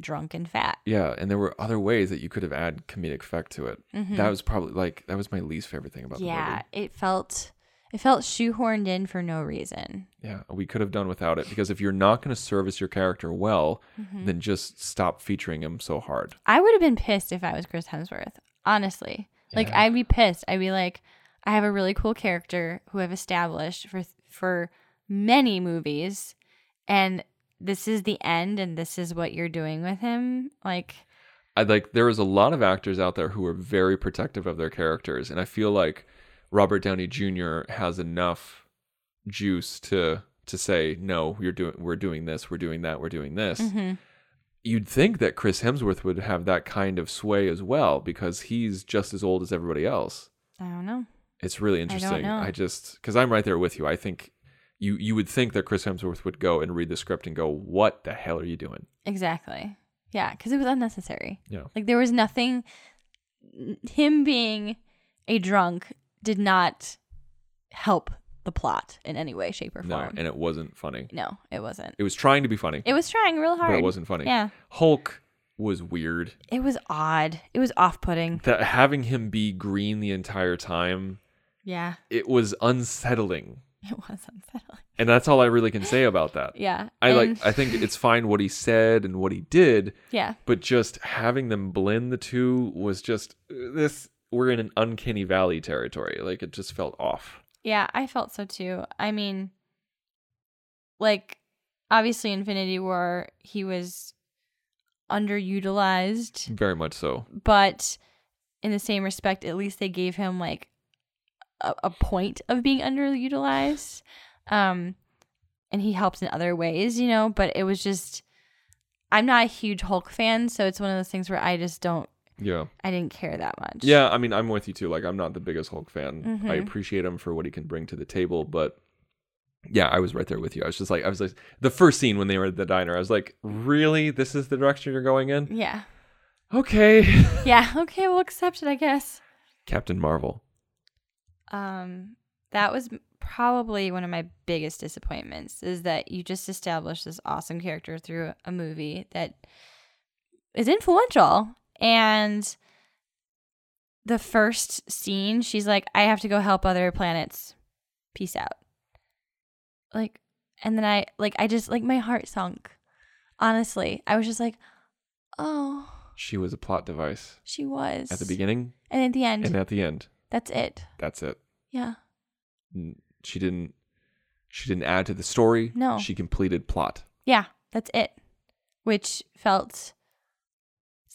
F: drunk and fat.
E: Yeah, and there were other ways that you could have added comedic effect to it. That was probably like that was my least favorite thing about
F: Yeah, it felt it felt shoehorned in for no reason.
E: the movie. Yeah, we could have done without it because if you're not going to service your character well, then just stop featuring him so hard.
F: I would have been pissed if I was Chris Hemsworth, honestly. Like I'd be pissed. I'd be like, I have a really cool character who I've established for for many movies, and this is the end, and this is what you're doing with him. Like,
E: I like there is a lot of actors out there who are very protective of their characters, and I feel like Robert Downey Jr. has enough juice to to say no, you're doing we're doing this, we're doing that, we're doing this. You'd think that Chris Hemsworth would have that kind of sway as well because he's just as old as everybody else.
F: I don't know.
E: It's really interesting.
F: know.
E: I, just because I'm right there with you. I think you you would think that Chris Hemsworth would go and read the script and go, "What the hell are you doing?"
F: Exactly. Yeah, because it was unnecessary.
E: Yeah.
F: Like there was nothing. Him being a drunk did not help the plot in any way, shape, or
E: No,
F: form.
E: and it wasn't funny.
F: no, it wasn't.
E: It was trying to be funny,
F: It was trying real hard,
E: but it wasn't funny.
F: Yeah,
E: Hulk was weird.
F: it was odd. It was off-putting.
E: That having him be green the entire time,
F: Yeah,
E: it was unsettling,
F: it was unsettling.
E: and that's all I really can say about that.
F: Yeah,
E: I
F: and-
E: like. I think it's fine what he said and what he did,
F: Yeah,
E: but just having them blend the two was just this we're in an uncanny valley territory like it just felt off
F: yeah, I felt so too. I mean, like obviously, Infinity War, he was underutilized.
E: very much so
F: but in the same respect, at least they gave him like a, a point of being underutilized. Um, and he helps in other ways, you know, but it was just, I'm not a huge Hulk fan, so it's one of those things where I just don't,
E: yeah
F: I didn't care that much.
E: yeah i mean i'm with you too like i'm not the biggest hulk fan i
F: Mhm.
E: appreciate him for what he can bring to the table but yeah i was right there with you i was just like i was like the first scene when they were at the diner i was like really this is the direction you're going in
F: Yeah.
E: okay
F: Yeah. Okay. We'll accept it, I guess.
E: captain marvel
F: Um, that was m- probably one of my biggest disappointments is that you just established this awesome character through a movie that is influential and the first scene she's like i have to go help other planets peace out like and then i like i just like my heart sunk honestly i was just like oh
E: she was a plot device
F: she was
E: at the beginning
F: and at the end
E: and at the end
F: that's it
E: that's it
F: yeah
E: N- she didn't she didn't add to the story
F: No.
E: she completed plot
F: Yeah, that's it. Which felt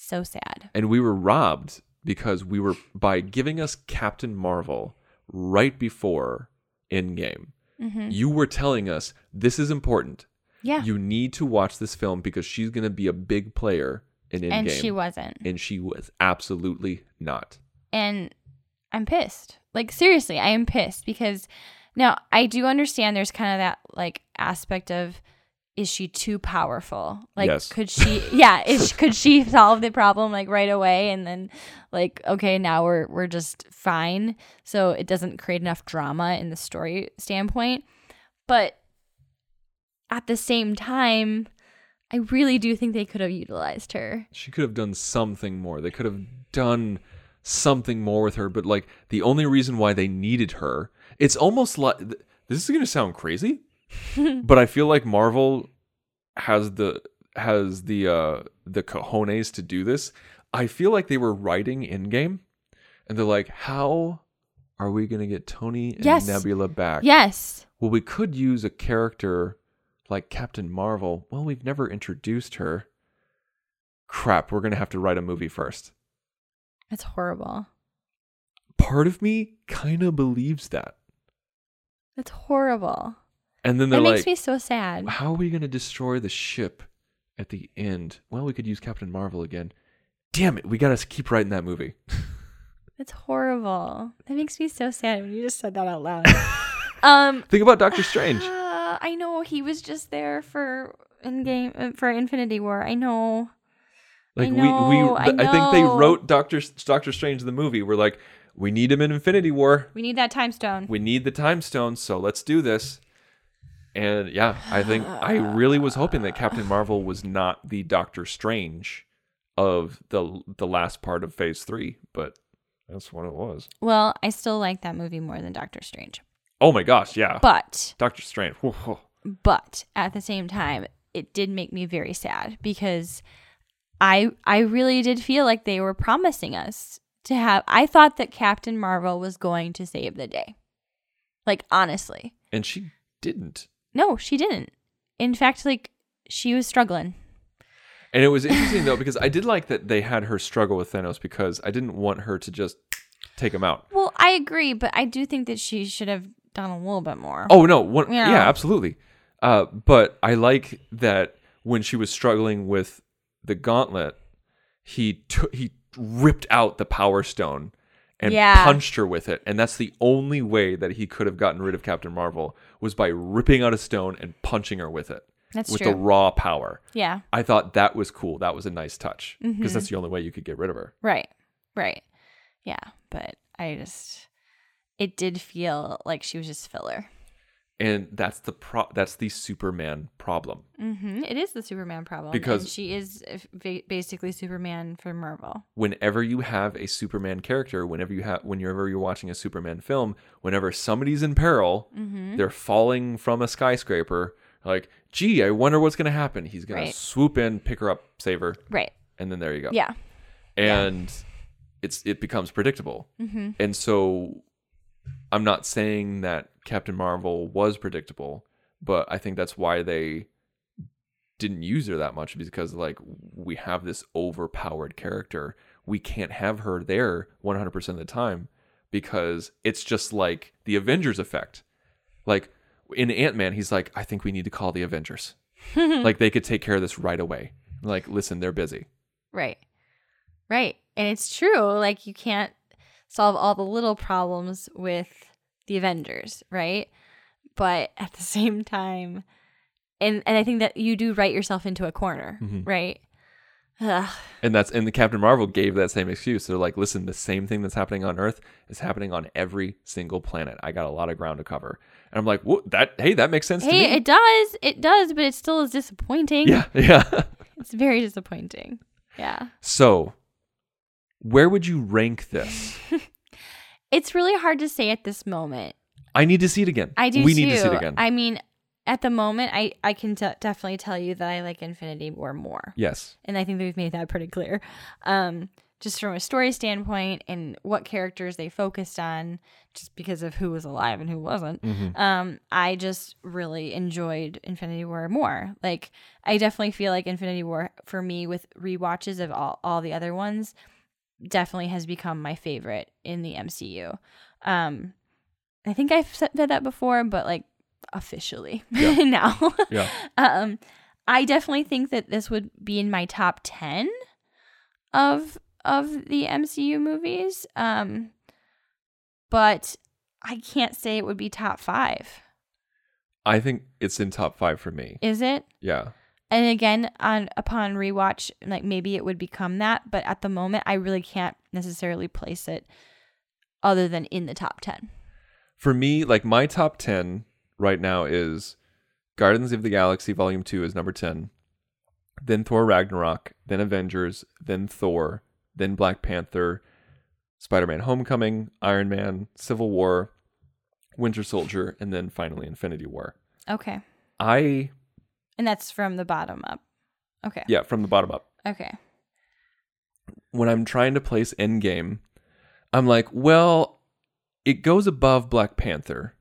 F: so sad.
E: and we were robbed because we were by giving us Captain Marvel right before Endgame. You were telling us this is important.
F: Mm-hmm. Yeah.
E: You need to watch this film because she's going to be a big player in Endgame.
F: and she wasn't.
E: And she was absolutely not.
F: And I'm pissed. Like seriously, I am pissed because now I do understand there's kind of that like aspect of is she too powerful? Like,
E: Yes.
F: could she? Yeah, is could she solve the problem like right away? And then, like, okay, now we're we're just fine. So it doesn't create enough drama in the story standpoint. But at the same time, I really do think they could have utilized her.
E: she could have done something more. They could have done something more with her, but like the only reason why they needed her, it's almost like th- this is going to sound crazy, but I feel like Marvel has the has the uh the cojones to do this. I feel like they were writing Endgame and they're like, "How are we going to get Tony and
F: Yes.
E: Nebula back?"
F: Yes.
E: Well, we could use a character like Captain Marvel. Well, we've never introduced her. Crap, we're going to have to write a movie first.
F: That's horrible.
E: Part of me kind of believes that.
F: That's horrible.
E: And then
F: That
E: they're
F: makes
E: like,
F: me so sad.
E: how are we going to destroy the ship at the end? Well, we could use Captain Marvel again. Damn it, we got to keep writing that movie.
F: That's horrible. That makes me so sad when you just said that out loud. um,
E: Think about Doctor Strange.
F: Uh, I know he was just there for in game uh, for Infinity War. I know.
E: Like we we
F: know, I
E: th- I think they
F: know.
E: wrote Doctor Doctor Strange the movie. We're like, we need him in Infinity War.
F: We need that time stone.
E: we need the time stone, so let's do this. And yeah, I think I really was hoping that Captain Marvel was not the Doctor Strange of the the last part of Phase Three, but that's what it was.
F: well, I still like that movie more than Doctor Strange.
E: Oh my gosh, yeah,
F: But
E: Doctor Strange. whew, whew.
F: but at the same time, it did make me very sad because I I really did feel like they were promising us to have I thought that Captain Marvel was going to save the day. Like honestly.
E: And she didn't.
F: No, she didn't. In fact, like she was struggling.
E: And it was interesting though because I did like that they had her struggle with Thanos because I didn't want her to just take him out.
F: Well, I agree, but I do think that she should have done a little bit more.
E: Oh no, one, yeah.
F: Yeah.
E: absolutely. Uh, but I like that when she was struggling with the gauntlet, he took he ripped out the power stone and
F: Yeah.
E: punched her with it, and that's the only way that he could have gotten rid of Captain Marvel was by ripping out a stone and punching her with it
F: That's
E: with
F: true.
E: the raw power.
F: yeah,
E: I thought that was cool. That was a nice touch because
F: Mm-hmm.
E: that's the only way you could get rid of her.
F: right, right. Yeah, but I just, it did feel like she was just filler.
E: And that's the pro- that's the Superman problem.
F: Mm-hmm. It is the Superman problem.
E: Because-
F: and she is uh, ba- basically Superman for Marvel.
E: whenever you have a Superman character, whenever you have, whenever you're watching a Superman film, whenever somebody's in peril,
F: Mm-hmm.
E: they're falling from a skyscraper. Like, gee, I wonder what's gonna happen. He's gonna
F: Right.
E: swoop in, pick her up, save her,
F: Right.
E: and then there you go.
F: Yeah.
E: and it's it becomes predictable. And so, I'm not saying that Captain Marvel was predictable, but I think that's why they didn't use her that much because like we have this overpowered character. We can't have her there 100% of the time because it's just like the Avengers effect. Like in Ant-Man, he's like, "I think we need to call the Avengers." like they could take care of this right away. Like, listen, they're busy.
F: Right. Right. And it's true. Like, you can't solve all the little problems with the Avengers, right? But at the same time, and, and I think that you do write yourself into a corner,
E: Mm-hmm.
F: right? Ugh.
E: And that's and the Captain Marvel gave that same excuse. They're like, listen, the same thing that's happening on Earth is happening on every single planet. I got a lot of ground to cover. And I'm like, Whoa, that hey, that makes sense to
F: Hey,
E: me.
F: it does. It does, but it still is disappointing.
E: yeah, yeah.
F: It's very disappointing. Yeah.
E: so where would you rank this?
F: It's really hard to say at this moment.
E: I need to see it again.
F: I do
E: We
F: too.
E: need to see it again.
F: I mean, at the moment, I, I can t- definitely tell you that I like Infinity War more.
E: yes.
F: and I think that we've made that pretty clear. Um, just from a story standpoint and what characters they focused on, just because of who was alive and who wasn't.
E: Mm-hmm.
F: Um, I just really enjoyed Infinity War more. Like, I definitely feel like Infinity War for me with rewatches of all all the other ones definitely has become my favorite in the MCU. Um, I think I've said said that before, but like officially now.
E: Yeah.
F: Um, I definitely think that this would be in my top ten of of the MCU movies. Um, but I can't say it would be top five.
E: I think it's in top five for me.
F: Is it?
E: Yeah.
F: And again, on upon rewatch, like maybe it would become that, but at the moment, I really can't necessarily place it other than in the top ten.
E: For me, like my top 10 right now is Guardians of the Galaxy Volume 2 is number 10, then Thor Ragnarok, then Avengers, then Thor, then Black Panther, Spider Man Homecoming, Iron Man, Civil War, Winter Soldier, and then finally Infinity War.
F: Okay,
E: I,
F: and that's from the bottom up. Okay.
E: yeah, from the bottom up.
F: Okay.
E: when I'm trying to place Endgame, I'm like, well, it goes above Black Panther.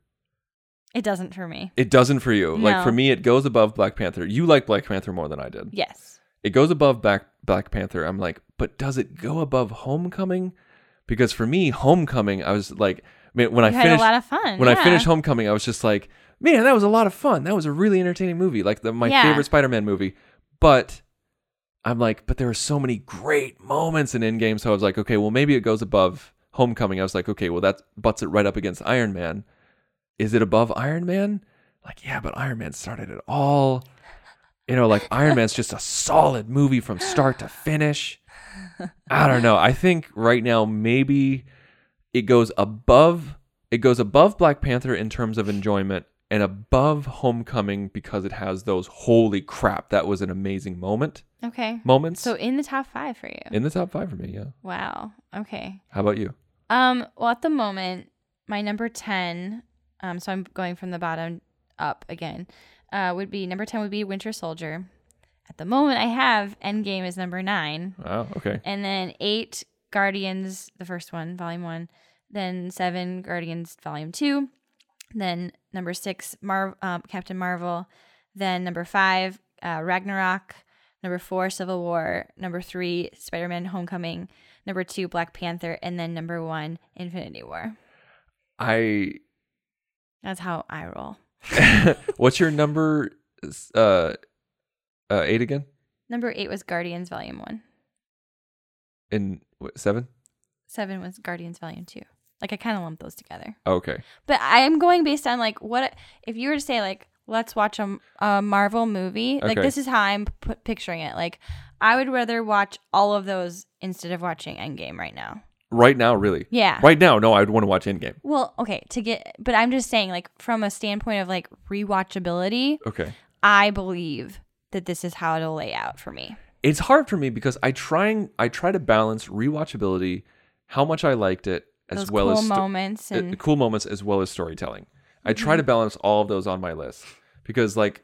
F: It doesn't for me.
E: It doesn't for you. Like
F: No.
E: for me, it goes above Black Panther. You like Black Panther more than I did.
F: Yes.
E: It goes above Black Black Panther. I'm like, but does it go above Homecoming? Because for me, Homecoming, I was like, man, when I
F: You had a
E: finished
F: lot of fun,
E: When I
F: yeah.
E: finished Homecoming, I was just like, man, that was a lot of fun. That was a really entertaining movie, like the, my
F: Yeah.
E: favorite Spider-Man movie. But I'm like, but there were so many great moments in Endgame. So I was like, okay, well, maybe it goes above Homecoming. I was like, okay, well, that butts it right up against Iron Man. Is it above Iron Man? Like, yeah, but Iron Man started it all. You know, like Iron Man's just a solid movie from start to finish. I don't know. I think right now maybe it goes above it goes above Black Panther in terms of enjoyment and above Homecoming because it has those holy crap that was an amazing moment
F: Okay.
E: moments
F: So in the top five for you.
E: in the top five for me. Yeah.
F: wow. Okay.
E: How about you?
F: Um. Well, at the moment, my number ten. Um. So I'm going from the bottom up again. Uh. Would be number ten would be Winter Soldier. At the moment, I have Endgame is number nine,
E: Wow. Okay.
F: and then eight Guardians, the first one, Volume One. Then seven Guardians, Volume Two. Then number six Mar- um, Captain Marvel. Then number five uh, Ragnarok. Number four Civil War. Number three Spider Man Homecoming. Number two Black Panther, and then number one Infinity War.
E: I.
F: That's how I roll.
E: What's your number? Uh, uh, eight again.
F: Number eight was Guardians Volume One.
E: In what, seven.
F: Seven was Guardians Volume Two. Like I kind of lump those together.
E: Oh, Okay.
F: But I am going based on like what if you were to say like let's watch a, a Marvel movie. Like
E: Okay.
F: this is how I'm p- picturing it. Like I would rather watch all of those instead of watching Endgame right now.
E: Right now, really.
F: Yeah.
E: Right now, no. I'd want to watch Endgame.
F: Well, okay, to get but I'm just saying like from a standpoint of like rewatchability,
E: Okay.
F: I believe that this is how it'll lay out for me.
E: it's hard for me because I trying I try to balance rewatchability, how much I liked it, as
F: Those
E: well
F: cool
E: as sto-
F: moments
E: uh,
F: and- Mm-hmm.
E: cool moments, as well as storytelling. I try to balance all of those on my list because like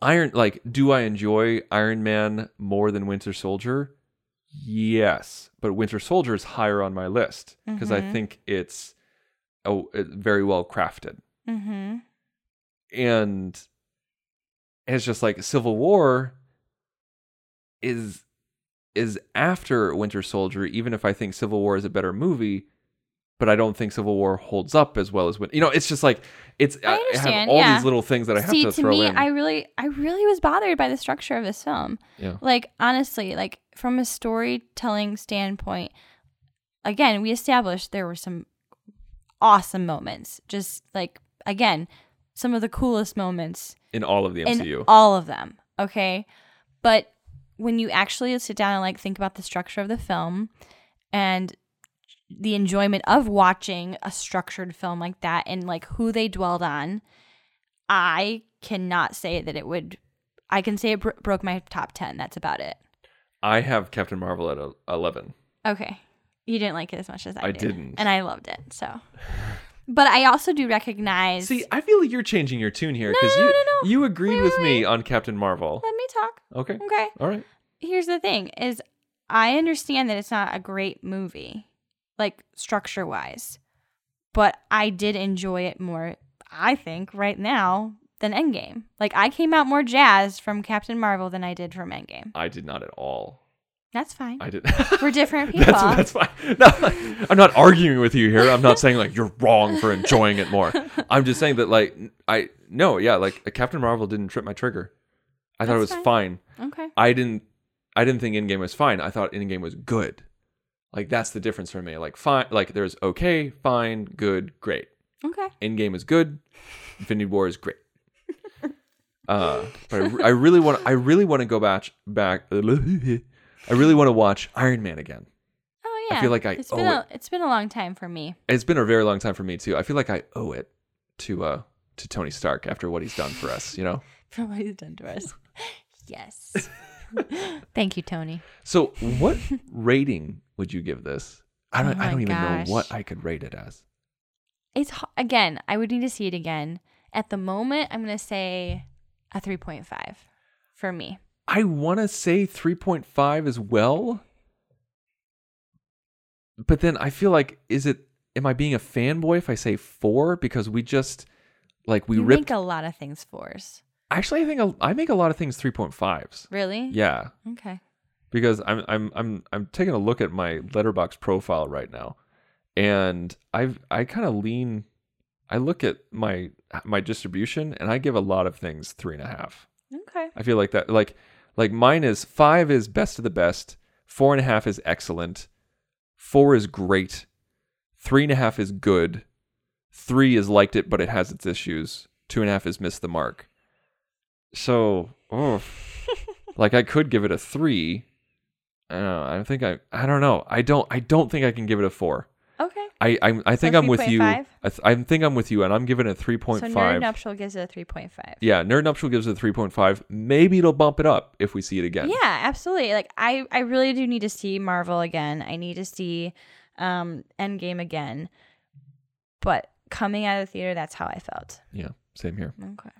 E: Iron like do I enjoy Iron Man more than Winter Soldier? Yes, but Winter Soldier is higher on my list because I
F: Mm-hmm.
E: think it's oh it- very well crafted
F: Mm-hmm.
E: and it's just like Civil War is is after Winter Soldier, even if I think Civil War is a better movie, but I don't think Civil War holds up as well as when you know. It's just like it's
F: I
E: have
F: understand,
E: all
F: yeah.
E: these little things that I have
F: See,
E: to
F: to
E: throw
F: me,
E: in.
F: I really, I really was bothered by the structure of this film.
E: yeah,
F: Like honestly, like from a storytelling standpoint, again, we established there were some awesome moments. Just like again, some of the coolest moments
E: in all of the
F: in
E: MCU,
F: all of them. Okay, but when you actually sit down and like think about the structure of the film and the enjoyment of watching a structured film like that and like who they dwelled on, I cannot say that it would. I can say it bro- broke my top ten. That's about it.
E: I have Captain Marvel at el- eleven.
F: Okay. You didn't like it as much as I,
E: I
F: did.
E: didn't.
F: And I loved it. So But I also do recognize
E: See, I feel like you're changing your tune here
F: No,
E: because
F: no, no,
E: you
F: no.
E: you agreed
F: Wait,
E: with
F: wait,
E: me on Captain Marvel.
F: let me talk.
E: Okay,
F: Okay.
E: all right.
F: Here's the thing is I understand that it's not a great movie, like structure wise. But I did enjoy it more, I think, right now than Endgame. Like I came out more jazzed from Captain Marvel than I did from Endgame.
E: I did not at all.
F: That's fine.
E: I did.
F: We're different people.
E: That's, that's fine. No, I'm not arguing with you here. I'm not saying like you're wrong for enjoying it more. I'm just saying that like I no yeah like uh, Captain Marvel didn't trip my trigger. I thought it was
F: That's
E: fine.
F: okay.
E: I didn't I didn't think Endgame was fine. I thought Endgame was good. Like that's the difference for me. Like fine like there's okay, fine, good, great.
F: Okay. Oh,
E: Endgame is good. Infinity War is great. Uh, but I, re- I really want. I really want to go back. Back. I really want to watch Iron Man again.
F: Oh
E: I
F: yeah.
E: feel like I
F: it's
E: owe
F: been a, it's been a long time for me.
E: It's been a very long time for me too. I feel like I owe it to uh to Tony Stark after what he's done for us. You know.
F: For what he's done to us. yes. Thank you, Tony.
E: So what rating would you give this? I don't.
F: Oh
E: I
F: my
E: don't even
F: gosh.
E: know what I could rate it as.
F: It's h- again. I would need to see it again. At the moment, I'm gonna say a 3.5 for me.
E: I want to say 3.5 as well. But then I feel like is it am I being a fanboy if I say 4 because we just like we
F: you make
E: ripped
F: a lot of things fours.
E: Actually I think a, I make a lot of things 3.5s.
F: Really?
E: Yeah,
F: Okay.
E: because I'm I'm I'm I'm taking a look at my Letterbox profile right now. And I've I kind of lean I look at my my distribution and I give a lot of things three and a half.
F: Okay.
E: I feel like that like like mine is five is best of the best, four and a half is excellent, four is great, three and a half is good, three is liked it but it has its issues, two and a half is missed the mark. So oh, like I could give it a three. I don't know. I think I I don't know. I don't I don't think I can give it a four.
F: Okay.
E: I I, I think I'm with you.
F: 3.5?
E: I, th- I think I'm with you, and I'm giving it a three point
F: So
E: five.
F: nerd nuptial gives it a 3.5.
E: Yeah, Nerd Nuptial gives it a 3.5. Maybe it'll bump it up if we see it again.
F: Yeah, absolutely. Like I, I really do need to see Marvel again. I need to see um Endgame again. But coming out of the theater, that's how I felt.
E: Yeah, same here.
F: Okay.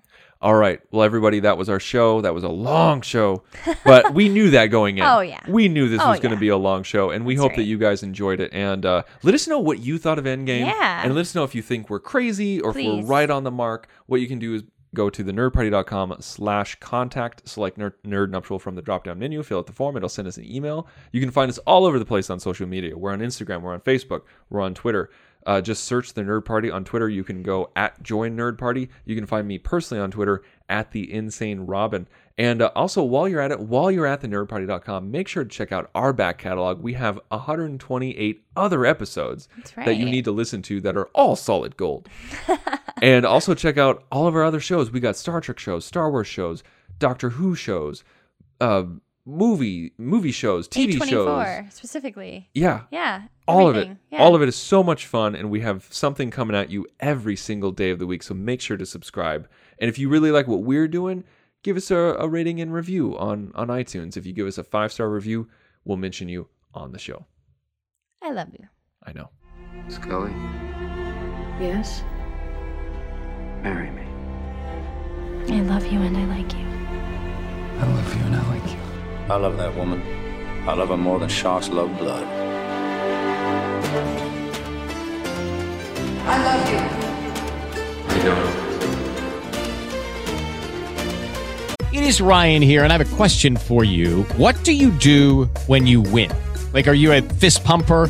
E: All right. Well, everybody, that was our show. That was a long show, but we knew that going in.
F: Oh, yeah.
E: We knew this
F: Oh,
E: was going to
F: yeah.
E: be a long show, and we
F: That's
E: hope that
F: right.
E: you guys enjoyed it. And uh, let us know what you thought of Endgame.
F: Yeah.
E: And let us know if you think we're crazy or if
F: Please.
E: we're right on the mark. What you can do is go to thenerdparty.com slash contact, select nerd, nerd nuptial from the drop down menu, fill out the form, it'll send us an email. You can find us all over the place on social media. We're on Instagram, we're on Facebook, we're on Twitter. Uh, just search the Nerd Party on Twitter. You can go at Join Nerd Party. You can find me personally on Twitter at the Insane Robin. And uh, also, while you're at it, while you're at thenerdparty.com, make sure to check out our back catalog. We have 128 other episodes that you
F: right.
E: need to listen to that are all solid gold. and also check out all of our other shows. We got Star Trek shows, Star Wars shows, Doctor Who shows, uh, movie movie shows, TV shows.
F: A24 specifically.
E: Yeah,
F: Yeah.
E: all of it.
F: everything. Yeah.
E: All of it is so much fun, and we have something coming at you every single day of the week. So make sure to subscribe. And if you really like what we're doing, give us a, a rating and review on on iTunes. If you give us a five star review, we'll mention you on the show.
F: I love you.
E: I know.
A: Scully,
B: Yes.
A: marry me.
C: I love you and I like you.
A: I love you and I like you.
D: I love that woman. I love her more than sharks love blood.
A: You don't.
G: It is Ryan here, and I have a question for you. What do you do when you win? Like, are you a fist pumper?